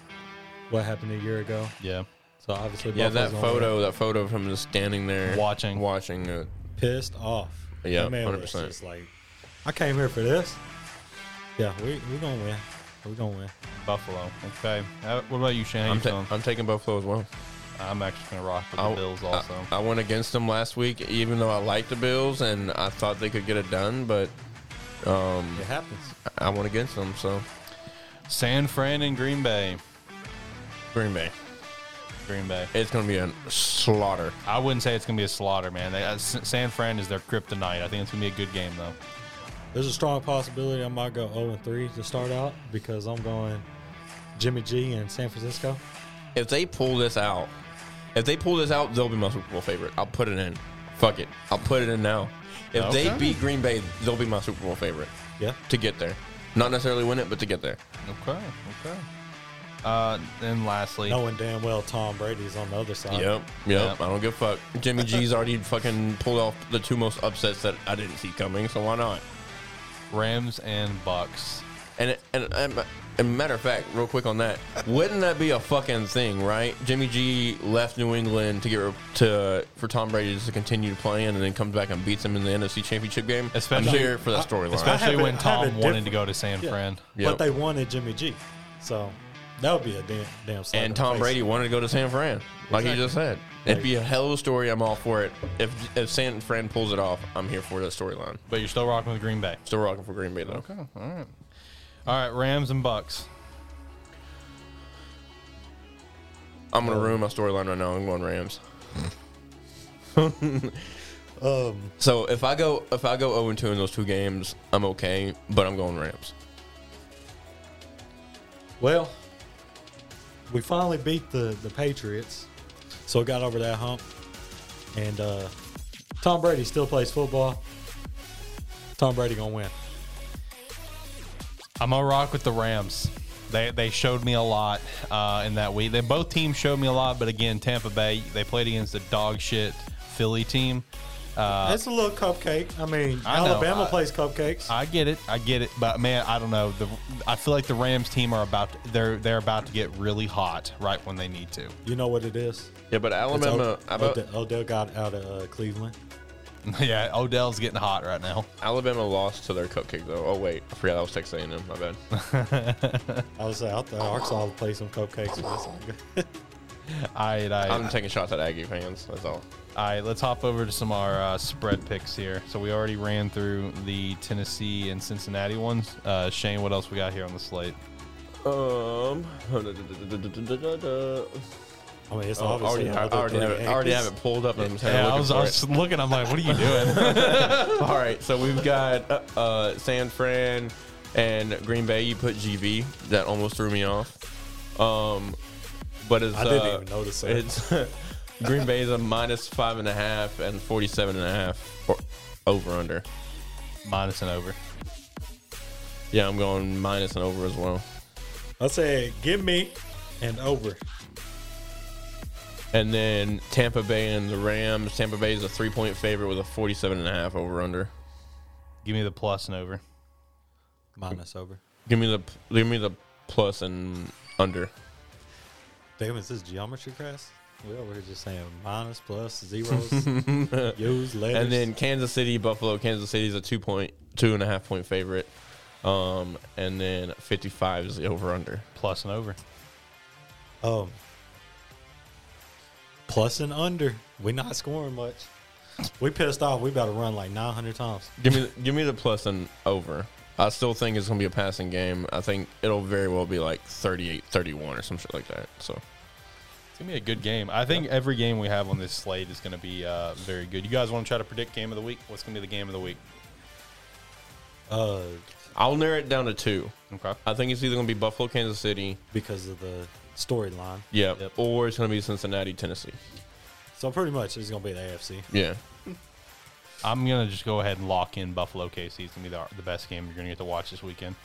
Speaker 1: What happened a year ago?
Speaker 2: Yeah.
Speaker 1: So obviously,
Speaker 3: Yeah, that
Speaker 1: Buffalo's gonna
Speaker 3: photo, that photo of him just standing there
Speaker 2: Watching.
Speaker 3: watching it.
Speaker 1: be pissed off.
Speaker 3: Yeah,
Speaker 1: That man was
Speaker 3: 100%.
Speaker 1: just like, I came here for this. Yeah, we we gonna win. We gonna win.
Speaker 2: Buffalo. Okay. Uh, what about you, Shane? How you
Speaker 3: I'm, ta-
Speaker 2: feeling?
Speaker 3: I'm taking Buffalo as well.
Speaker 2: I'm actually going to rock with the
Speaker 3: I-
Speaker 2: Bills also.
Speaker 3: I, I went against them last week, even though I liked the Bills and I thought they could get it done, but Mm.
Speaker 1: It happens.
Speaker 3: I went against them. So
Speaker 2: San Fran and Green Bay.
Speaker 3: Green Bay,
Speaker 2: Green Bay.
Speaker 3: it's going to be a slaughter.
Speaker 2: I wouldn't say it's going to be a slaughter, man. They, uh, S- San Fran is their kryptonite. I think it's going to be a good game, though.
Speaker 1: There's a strong possibility I might go 0 and 3 to start out because I'm going Jimmy G and San Francisco.
Speaker 3: If they pull this out, if they pull this out, they'll be my Super Bowl favorite. I'll put it in. Fuck it, I'll put it in now. If
Speaker 2: Okay.
Speaker 3: they beat Green Bay, they'll be my Super Bowl favorite
Speaker 1: Yeah.
Speaker 3: to get there. Not necessarily win it, but to get there.
Speaker 2: Okay. Okay. Uh, and lastly,
Speaker 1: Knowing damn well Tom Brady's on the other side.
Speaker 3: Yep, yep.
Speaker 2: Yep.
Speaker 3: I don't give a fuck. Jimmy G's already fucking pulled off the two most upsets that I didn't see coming. So why not?
Speaker 2: Rams and Bucks.
Speaker 3: And and and, and matter of fact, real quick on that, wouldn't that be a fucking thing, right? Jimmy G left New England to get re- to for Tom Brady just to continue playing, and then comes back and beats him in the NFC Championship game.
Speaker 2: Especially-
Speaker 3: I'm here for that storyline.
Speaker 2: Especially
Speaker 1: have it-
Speaker 2: when
Speaker 1: I have
Speaker 2: Tom
Speaker 1: it
Speaker 2: wanted
Speaker 1: different.
Speaker 2: to go to San
Speaker 1: Yeah.
Speaker 2: Fran.
Speaker 3: Yep.
Speaker 1: But they wanted Jimmy G. So that would be a damn damn slap in
Speaker 3: And
Speaker 1: the
Speaker 3: Tom
Speaker 1: face.
Speaker 3: Brady wanted to go to San Fran, like you just said. It'd be a hell of a story. I'm all for it. If if San Fran pulls it off, I'm here for that storyline.
Speaker 2: But you're still rocking with Green Bay.
Speaker 3: Still rocking for Green Bay though.
Speaker 2: Okay. Oh, All right. All right. Rams and Bucks.
Speaker 3: I'm
Speaker 2: Um,
Speaker 3: gonna ruin my storyline right now. I'm going Rams.
Speaker 1: Um,
Speaker 3: So if I go if I go 0 and 2 in those two games, I'm okay, but I'm going Rams.
Speaker 1: well, we finally beat the, the Patriots. So got over that hump. And uh, Tom Brady still plays football. Tom Brady going to win.
Speaker 2: I'm gonna rock with the Rams. They they showed me a lot uh, in that week. They both teams showed me a lot, but again, Tampa Bay they played against the dog shit Philly team. Uh,
Speaker 1: That's a little cupcake. I mean,
Speaker 2: I know.
Speaker 1: Alabama
Speaker 2: I-
Speaker 1: plays cupcakes.
Speaker 2: I get it, I get it, but man, I don't know. The I feel like the Rams team are about they're they're about to get really hot right when they need to.
Speaker 1: you know what it is.
Speaker 3: Yeah, but
Speaker 1: It's
Speaker 3: Alabama
Speaker 1: Od-
Speaker 3: uh, about,
Speaker 1: Odell, Odell got out of uh, Cleveland.
Speaker 2: yeah, Odell's getting hot right now.
Speaker 3: Alabama lost to their cupcake though. Oh wait, I forgot that was Texas A&M. My bad.
Speaker 1: I was out there. Arkansas will play some cupcakes. with us.
Speaker 2: I I
Speaker 3: I'm taking shots at Aggie fans. That's all.
Speaker 2: All right, let's hop over to some of our uh, spread picks here. So we already ran through the Tennessee and Cincinnati ones. Uh, Shane, what else we got here on the slate?
Speaker 3: Um,
Speaker 1: I mean, it's
Speaker 3: I Oh, already,
Speaker 1: obviously.
Speaker 3: I already, have, it, I already have it pulled up. I'm
Speaker 2: Yeah, I was, I was
Speaker 3: it.
Speaker 2: just looking. I'm like, what are you doing?
Speaker 3: All right, so we've got uh, uh, San Fran and Green Bay. You put GV. That almost threw me off. Um, but it's,
Speaker 1: I didn't
Speaker 3: uh,
Speaker 1: even notice that.
Speaker 3: It's Green Bay is a minus five and a half and 47 and a half or over under.
Speaker 2: Minus and over.
Speaker 3: Yeah, I'm going minus and over as well.
Speaker 1: I said, give me and over.
Speaker 3: And then Tampa Bay and the Rams. Tampa Bay is a three point favorite with a 47 and a half over under.
Speaker 2: Give me the plus and over.
Speaker 1: Minus over.
Speaker 3: Give me the give me the plus and under.
Speaker 1: Damn, is this geometry class? We over here just saying minus, plus, zeros, use, letters.
Speaker 3: And then Kansas City, Buffalo. Kansas City is a two point, two and a half point favorite. Um, and then 55 is the over under.
Speaker 2: Plus and over.
Speaker 1: um, plus and under. we not scoring much. We pissed off. We about to run like 900 times.
Speaker 3: Give me, give me the plus and over. I still think it's gonna be a passing game. I think it'll very well be like 38, 31 or some shit like that. So
Speaker 2: It's gonna be a good game. I think every game we have on this slate is gonna be uh, very good. You guys want to try to predict game of the week? What's gonna be the game of the week?
Speaker 1: Uh,
Speaker 3: I'll narrow it down to two.
Speaker 2: Okay.
Speaker 3: I think it's either gonna be Buffalo, Kansas City,
Speaker 1: because of the storyline.
Speaker 3: yeah,
Speaker 2: Yep.
Speaker 3: or it's gonna be Cincinnati, Tennessee.
Speaker 1: So pretty much it's going to be the AFC.
Speaker 3: Yeah,
Speaker 2: I'm gonna just go ahead and lock in Buffalo KC. It's gonna be the, the best game you're gonna get to watch this weekend.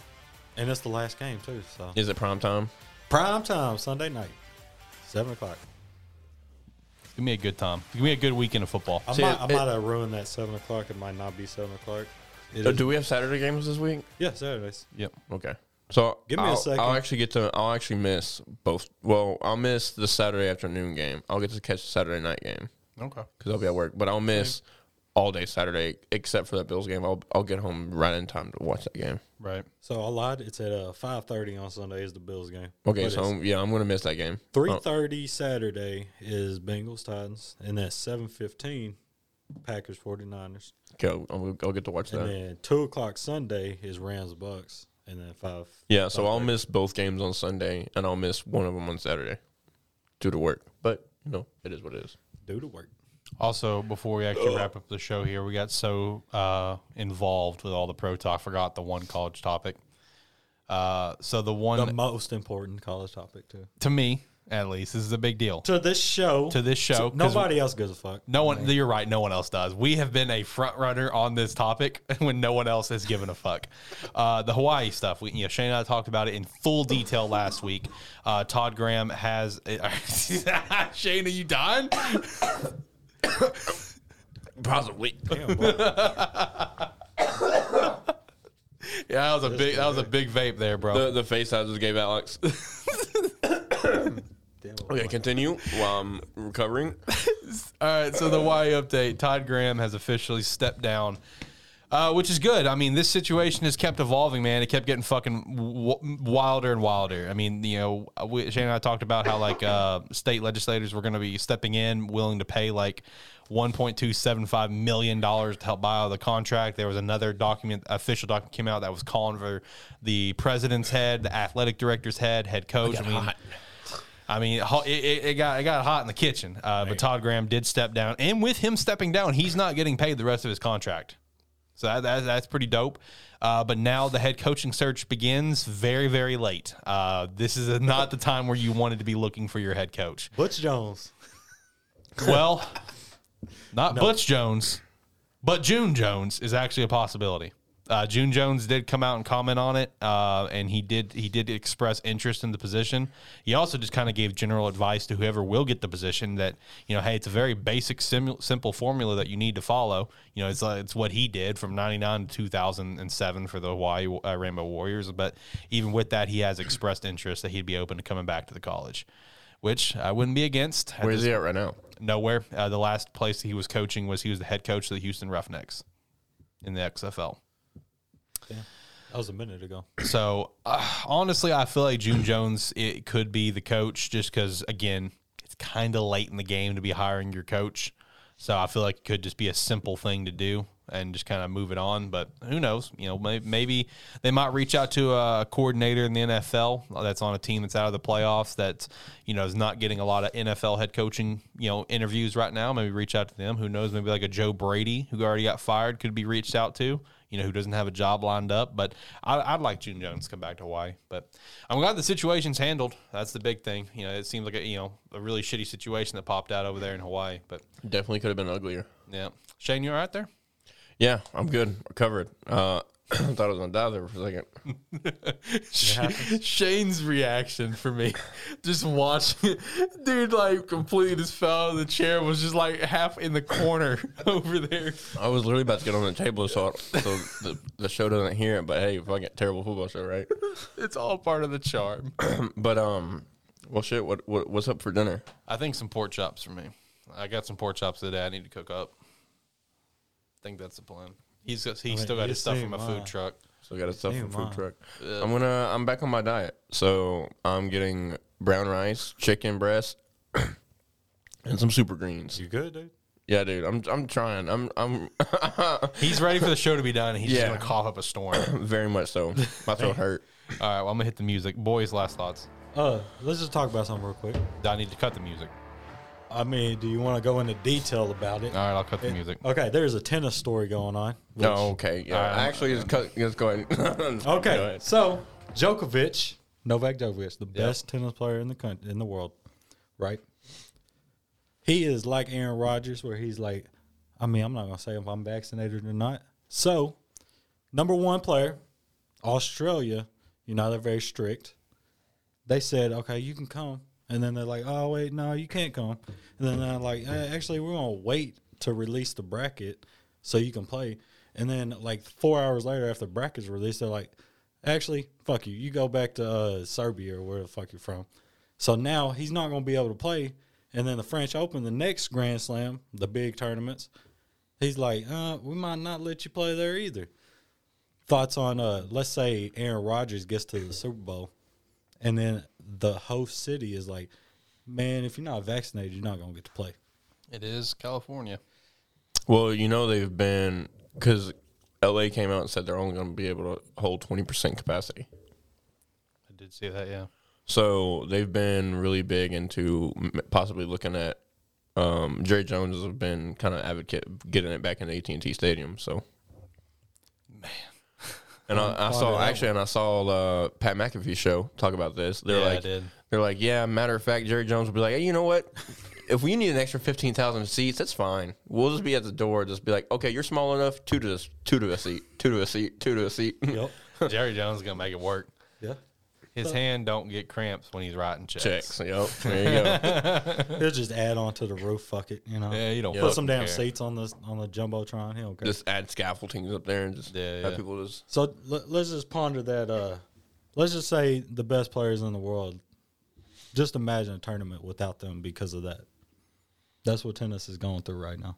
Speaker 1: and it's the last game too. So
Speaker 3: Is it prime time?
Speaker 1: prime time Sunday night, seven o'clock.
Speaker 2: It's gonna be a good time. It's gonna be a good weekend of football.
Speaker 1: I
Speaker 3: See,
Speaker 1: might, I
Speaker 3: it-
Speaker 1: might have ruined that seven o'clock. It might not be seven o'clock. It
Speaker 3: Uh,
Speaker 1: is-
Speaker 3: do we have Saturday games this week?
Speaker 1: yeah, Saturdays.
Speaker 2: Yep.
Speaker 3: Okay. So
Speaker 1: Give me a
Speaker 3: I'll,
Speaker 1: second.
Speaker 3: I'll actually get to. I'll actually miss both. Well, I'll miss the Saturday afternoon game. I'll get to catch the Saturday night game
Speaker 2: Okay.
Speaker 3: because I'll be at work. But I'll miss all day Saturday except for that Bills game. I'll I'll get home right in time to watch that game.
Speaker 2: Right.
Speaker 1: So I lied. It's at uh, five thirty on Sunday is the Bills game.
Speaker 3: Okay, so I'm- uh, yeah, I'm gonna miss that game.
Speaker 1: three
Speaker 3: Oh,
Speaker 1: thirty Saturday is Bengals Titans, and that's seven fifteen Packers 49ers.
Speaker 3: okay, I'll, I'll- I'll get to watch
Speaker 1: And
Speaker 3: that.
Speaker 1: then two o'clock Sunday is Rams Bucks, and then five.
Speaker 3: Yeah, so I'll
Speaker 1: 5:30.
Speaker 3: miss both games on Sunday and I'll miss one of them on Saturday due to work. But you know, it is what it is.
Speaker 1: do the work.
Speaker 2: Also, before we actually wrap up the show here, we got so uh, involved with all the pro talk, forgot the one college topic. Uh, so the one
Speaker 1: The most important college topic too.
Speaker 2: to me, at least, this is a big deal
Speaker 1: To this show.
Speaker 2: to this show. 'cause
Speaker 1: Nobody else gives a fuck.
Speaker 2: no one. You're right. No one else does. We have been a front runner on this topic when no one else has given a fuck. Uh, the Hawaii stuff. We, you know, Shane and I talked about it in full detail last week. Uh, Todd Graham has. Shane, are you dying?
Speaker 3: Possibly.
Speaker 1: Damn, bro.
Speaker 2: Yeah, that was a big. That was a big vape there, bro.
Speaker 3: The the face I just gave Alex.
Speaker 1: Damn,
Speaker 3: Okay, continue while I'm recovering.
Speaker 2: All right, so the Y update. Todd Graham has officially stepped down, uh, which is good. I mean, this situation has kept evolving, man. It kept getting fucking w- wilder and wilder. I mean, you know, we, Shane and I talked about how like uh, state legislators were going to be stepping in, willing to pay like one point two seven five million dollars to help buy out the contract. There was another document, official document came out that was calling for the president's head, the athletic director's head, head coach. I mean, I mean, ho- it, it, it got it got hot in the kitchen. Uh, but Todd Graham did step down, and with him stepping down, he's not getting paid the rest of his contract. So that, that, that's pretty dope. Uh, but now the head coaching search begins very, very late. Uh, this is not the time where you wanted to be looking for your head coach.
Speaker 1: Butch Jones.
Speaker 2: Well, not Butch Jones, but June Jones is actually a possibility. Uh, June Jones did come out and comment on it, uh, and he did he did express interest in the position. He also just kind of gave general advice to whoever will get the position that you know, hey, it's a very basic simu- simple formula that you need to follow. You know, it's like, it's what he did from '99 to 2007 for the Hawaii uh, Rainbow Warriors. But even with that, he has expressed interest that he'd be open to coming back to the college, which I wouldn't be against. at
Speaker 3: Where
Speaker 2: this
Speaker 3: is he at right now?
Speaker 2: nowhere. Uh, the last place he was coaching was he was the head coach of the Houston Roughnecks in the XFL.
Speaker 1: Damn. That was a minute ago.
Speaker 2: So uh, honestly, I feel like June Jones it could be the coach just because again, it's kind of late in the game to be hiring your coach. So I feel like it could just be a simple thing to do and just kind of move it on. But who knows? You know, maybe, maybe they might reach out to a coordinator in the NFL that's on a team that's out of the playoffs that you know is not getting a lot of NFL head coaching you know interviews right now. Maybe reach out to them. Who knows? Maybe like a Joe Brady who already got fired could be reached out to you know, who doesn't have a job lined up. But I, I'd like June Jones to come back to Hawaii. But I'm glad the situation's handled. That's the big thing. You know, it seems like a you know a really shitty situation that popped out over there in Hawaii. But
Speaker 3: Definitely could have been uglier.
Speaker 2: yeah, Shane, you all right there?
Speaker 3: Yeah, I'm good. Recovered. Uh, I thought I was gonna die there for a second.
Speaker 2: Shane's reaction for me, just watching, dude, like completely just fell out of the chair, was just like half in the corner over there.
Speaker 3: I was literally about to get on the table, so, I, so the, the show doesn't hear it. But hey, fucking terrible football show, right?
Speaker 2: It's all part of the charm.
Speaker 3: But um, well, shit. What, what what's up for dinner?
Speaker 2: I think some pork chops for me. I got some pork chops today. I need to cook up. I think that's the plan. He's got, he's
Speaker 1: mean,
Speaker 2: still got
Speaker 1: you
Speaker 2: his stuff
Speaker 1: seem,
Speaker 2: from my
Speaker 1: uh,
Speaker 2: food truck.
Speaker 3: So I got a stuff from
Speaker 1: Damn,
Speaker 3: food
Speaker 1: wow.
Speaker 3: truck. I'm gonna. I'm back on my diet, so I'm getting brown rice, chicken breast, and some super greens.
Speaker 1: You good, dude?
Speaker 3: Yeah, dude. I'm I'm trying. I'm I'm
Speaker 2: He's ready for the show to be done. And he's
Speaker 3: Yeah.
Speaker 2: just gonna cough up a storm. All
Speaker 3: very much so. My throat hurt.
Speaker 2: right, well, I'm gonna hit the music. Boys, last thoughts.
Speaker 1: Uh, let's just talk about something real quick.
Speaker 2: I need to cut the music.
Speaker 1: I mean, do you want to go into detail about it?
Speaker 3: Uh.
Speaker 1: oh.
Speaker 2: All right, I'll cut the music.
Speaker 1: Okay, there's a tennis story going on.
Speaker 3: No, Oh, okay. Yeah,
Speaker 2: Alright,
Speaker 3: actually, just cut. Just go ahead.
Speaker 1: Okay,
Speaker 3: Go ahead.
Speaker 1: so Djokovic, Novak Djokovic, the best tennis player in the country, in the world, right? He is like Aaron Rodgers, where he's like, I mean, I'm not gonna say if I'm vaccinated or not. So, number one player, Australia. You know they're very strict. They said, okay, you can come, and then they're like, oh wait, no, you can't come. And then they're like, eh, actually, we're gonna wait to release the bracket so you can play. And then like four hours later, after the bracket's released, they're like, actually, fuck you, you go back to uh, Serbia or where the fuck you're from. So now he's not gonna be able to play. And then the French Open, the next Grand Slam, the big tournaments, he's like, uh, we might not let you play there either. Thoughts on, uh, let's say Aaron Rodgers gets to the Super Bowl, and then the host city is like, man, if you're not vaccinated, you're not going to get to play.
Speaker 2: It is California.
Speaker 3: Well, you know they've been because LA came out and said they're only going to be able to hold twenty percent capacity.
Speaker 2: I did see that. Yeah.
Speaker 3: So they've been really big into m- possibly looking at. Um, Jerry Jones has been kind of advocate of getting it back in the AT and T Stadium. So, man, and I, I saw actually, and I saw uh, Pat McAfee show talk about this. They're
Speaker 2: Yeah, I
Speaker 3: like,
Speaker 2: did.
Speaker 3: they're like, yeah. Matter of fact, Jerry Jones will be like, hey, you know what? If we need an extra fifteen thousand seats, that's fine. We'll just be at the door. Just be like, okay, you're small enough. Two to this, two to a seat, two to a seat, two to a seat.
Speaker 1: Yep.
Speaker 2: Jerry Jones is gonna make it work.
Speaker 1: yeah.
Speaker 2: His hand don't get cramps when he's writing checks.
Speaker 3: Checks. Yep. There you go.
Speaker 1: He'll just add on to the roof. Fuck it. You know,
Speaker 2: Yeah, you don't
Speaker 1: put some
Speaker 2: fucking
Speaker 1: damn
Speaker 2: care.
Speaker 1: seats on the, on the Jumbotron. He don't care.
Speaker 3: just add scaffoldings up there and just
Speaker 2: Yeah,
Speaker 3: have
Speaker 2: yeah.
Speaker 3: people just
Speaker 1: So let, let's just ponder that. Uh, let's just say the best players in the world. Just imagine a tournament without them because of that. That's what tennis is going through right now.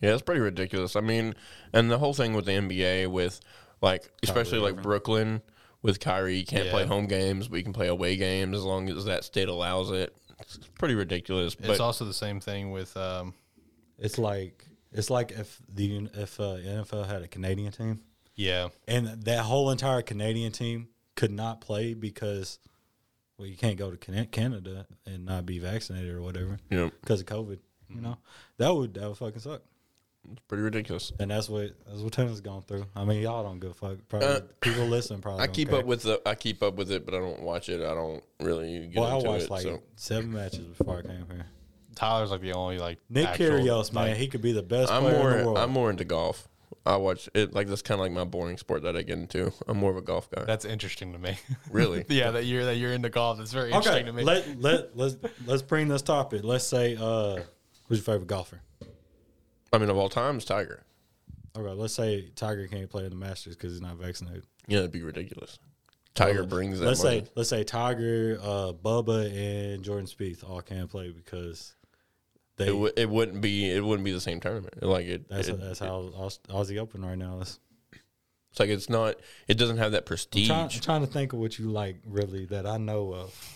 Speaker 3: yeah it's pretty ridiculous i mean and the whole thing with the nba with like especially like brooklyn with Kyrie, you can't play
Speaker 2: Yeah.
Speaker 3: home games, but you can play away games as long as that state allows it. It's pretty ridiculous,
Speaker 2: It's
Speaker 3: but
Speaker 2: also the same thing with um,
Speaker 1: It's like it's like if the if uh, NFL had a Canadian team
Speaker 2: yeah,
Speaker 1: and that whole entire Canadian team could not play because well you can't go to Can- Canada and not be vaccinated or whatever
Speaker 3: you know,
Speaker 1: because of COVID. You know that would that would fucking suck.
Speaker 3: it's pretty ridiculous.
Speaker 1: And that's what that's what tennis going through. I mean, y'all don't give a fuck. Probably
Speaker 3: Uh,
Speaker 1: people listen. Probably
Speaker 3: I
Speaker 1: don't
Speaker 3: keep
Speaker 1: care.
Speaker 3: up with the I keep up with it, but I don't watch it. I don't really get
Speaker 1: Well, I
Speaker 3: into
Speaker 1: watched
Speaker 3: it.
Speaker 1: like
Speaker 3: so
Speaker 1: seven matches before I came here.
Speaker 2: Tyler's like the only like
Speaker 1: Nick
Speaker 2: actual,
Speaker 1: Kyrgios, man,
Speaker 2: like,
Speaker 1: he could be the best
Speaker 3: I'm
Speaker 1: player in the
Speaker 3: more
Speaker 1: world.
Speaker 3: I'm more into golf. I watch it like that's kind of like my boring sport that I get into. I'm more of a golf guy.
Speaker 2: That's interesting to me.
Speaker 3: really,
Speaker 2: yeah, that you're that you're into golf. That's very interesting
Speaker 1: okay,
Speaker 2: to me.
Speaker 1: let let let's let's bring this topic. Let's say, uh, who's your favorite golfer?
Speaker 3: I mean of all times, Tiger.
Speaker 1: Okay, let's say Tiger can't play in the Masters because he's not vaccinated.
Speaker 3: Yeah, that'd be ridiculous. Tiger brings that.
Speaker 1: let's
Speaker 3: money.
Speaker 1: say let's say Tiger, uh, Bubba, and Jordan Spieth all can't play because
Speaker 3: it,
Speaker 1: they.
Speaker 3: w- it wouldn't be it wouldn't be the same tournament. Like it,
Speaker 1: that's
Speaker 3: it-
Speaker 1: that's how Aus- Aussie Open right now is.
Speaker 3: it's like it's not. It doesn't have that prestige.
Speaker 1: Try, I'm trying to think of what you like really that I know of.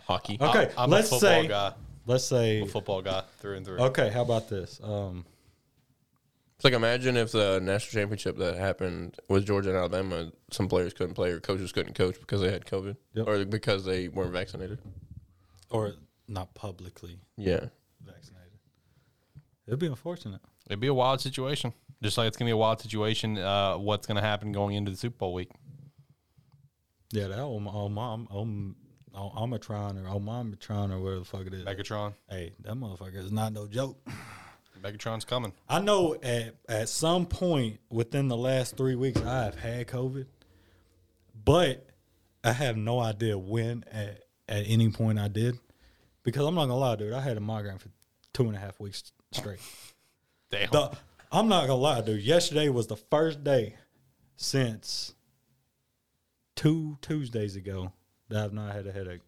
Speaker 3: hockey.
Speaker 1: Okay.
Speaker 2: I'm- I'm
Speaker 1: let's
Speaker 2: a football
Speaker 1: say-
Speaker 2: guy.
Speaker 1: Let's say
Speaker 2: I'm a football guy through and through.
Speaker 1: okay. How about this? Um,
Speaker 3: It's like imagine if the national championship that happened with Georgia and Alabama, some players couldn't play or coaches couldn't coach because they had COVID
Speaker 1: Yep.
Speaker 3: or because they weren't vaccinated.
Speaker 1: or not publicly
Speaker 3: Yeah,
Speaker 1: vaccinated. It'd be unfortunate.
Speaker 2: It'd be a wild situation. Just like it's gonna be a wild situation. Uh, what's gonna happen going into the Super Bowl week?
Speaker 1: Yeah, that old, old mom, old, old Omicron or Omamitron or whatever the fuck it is.
Speaker 2: Megatron.
Speaker 1: Hey, that motherfucker is not no joke.
Speaker 2: Megatron's coming.
Speaker 1: I know at, at some point within the last three weeks, I have had COVID, but I have no idea when at, at any point I did. Because I'm not gonna lie, dude, I had a migraine for two and a half weeks straight.
Speaker 2: Damn.
Speaker 1: The, I'm not gonna lie, dude. Yesterday was the first day since two Tuesdays ago that I've not had a headache.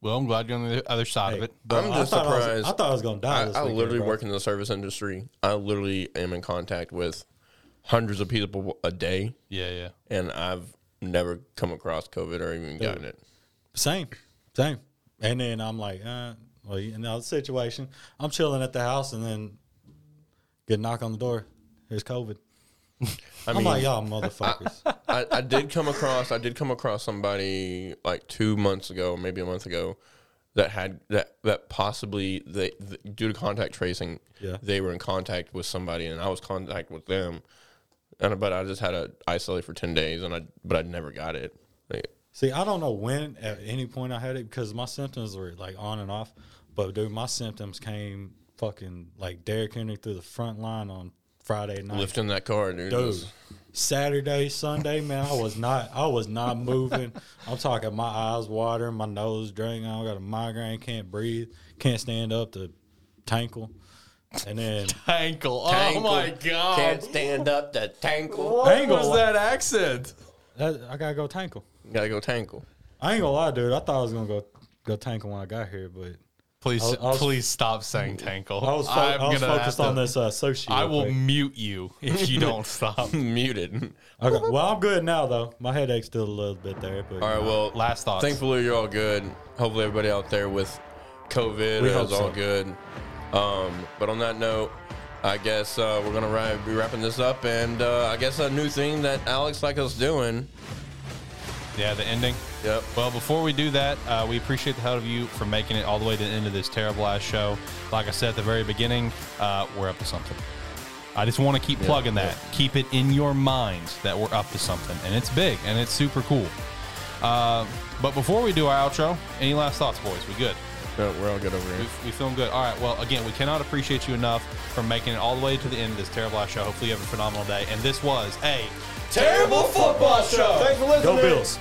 Speaker 2: well, I'm glad you're on the other side of
Speaker 1: Hey,
Speaker 2: it.
Speaker 1: bro,
Speaker 3: I'm
Speaker 1: I
Speaker 3: just
Speaker 1: thought I was-
Speaker 3: surprised.
Speaker 1: I, thought I was gonna die.
Speaker 3: I,
Speaker 1: this
Speaker 3: I
Speaker 1: weekend,
Speaker 3: literally
Speaker 1: bro.
Speaker 3: work in the service industry. I literally am in contact with hundreds of people a day,
Speaker 2: Yeah, yeah.
Speaker 3: and I've never come across COVID or even gotten it.
Speaker 1: Same, same. And then I'm like, uh, well, you know, the situation. I'm chilling at the house, and then get a knock on the door. Here's COVID. I am
Speaker 3: mean-
Speaker 1: like, y'all motherfuckers.
Speaker 3: I, I did come across I did come across somebody like two months ago, maybe a month ago, that had that that possibly they th- due to contact tracing,
Speaker 1: Yeah.
Speaker 3: they were in contact with somebody, and I was contact with them, and but I just had to isolate for ten days, and I but I never got it. Like,
Speaker 1: See, I don't know when at any point I had it because my symptoms were like on and off. But dude, my symptoms came fucking like Derrick Henry through the front line on Friday night.
Speaker 3: Lifting that car, dude.
Speaker 1: Dude, Saturday, Sunday, man, I was not, I was not moving. I'm talking, my eyes watering, my nose draining. I got a migraine, can't breathe, can't stand up to tankle, and then
Speaker 2: Ankle. Oh my god.
Speaker 4: Can't stand up to tankle.
Speaker 2: What
Speaker 1: Tangle.
Speaker 2: was that accent?
Speaker 1: that, I gotta go tankle.
Speaker 3: Gotta go tankle.
Speaker 1: I ain't gonna lie, dude. I thought I was gonna go go tankle when I got here, but
Speaker 2: Please,
Speaker 1: I was- I was-
Speaker 2: please stop saying Tankle.
Speaker 1: I was, fo- I was focused on this uh, associate.
Speaker 2: I will
Speaker 1: but-
Speaker 2: mute you if you don't stop.
Speaker 3: Muted.
Speaker 1: Okay. Well, I'm good now though. My headache's still a little bit there, but
Speaker 3: All right, well,
Speaker 2: Last thoughts.
Speaker 3: Thankfully, you're all good. Hopefully, everybody out there with COVID
Speaker 1: We
Speaker 3: is all
Speaker 1: hope so.
Speaker 3: good. Um, but on that note, I guess uh, we're gonna ri- be wrapping this up, and uh, I guess a new thing that Alex like us doing.
Speaker 2: Yeah, the ending.
Speaker 3: Yep.
Speaker 2: Well, before we do that, uh, we appreciate the hell of you for making it all the way to the end of this terrible ass show. Like I said at the very beginning, uh, we're up to something. I just want to keep plugging that. Keep it in your minds that we're up to something, and it's big and it's super cool. Uh, but before we do our outro, any last thoughts, boys? We good?
Speaker 3: No, we're all good over
Speaker 2: We,
Speaker 3: here.
Speaker 2: we feeling good. All right. Well, again, we cannot appreciate you enough for making it all the way to the end of this terrible ass show. Hopefully, you have a phenomenal day. And this was a
Speaker 4: Terrible football show.
Speaker 1: go Bills.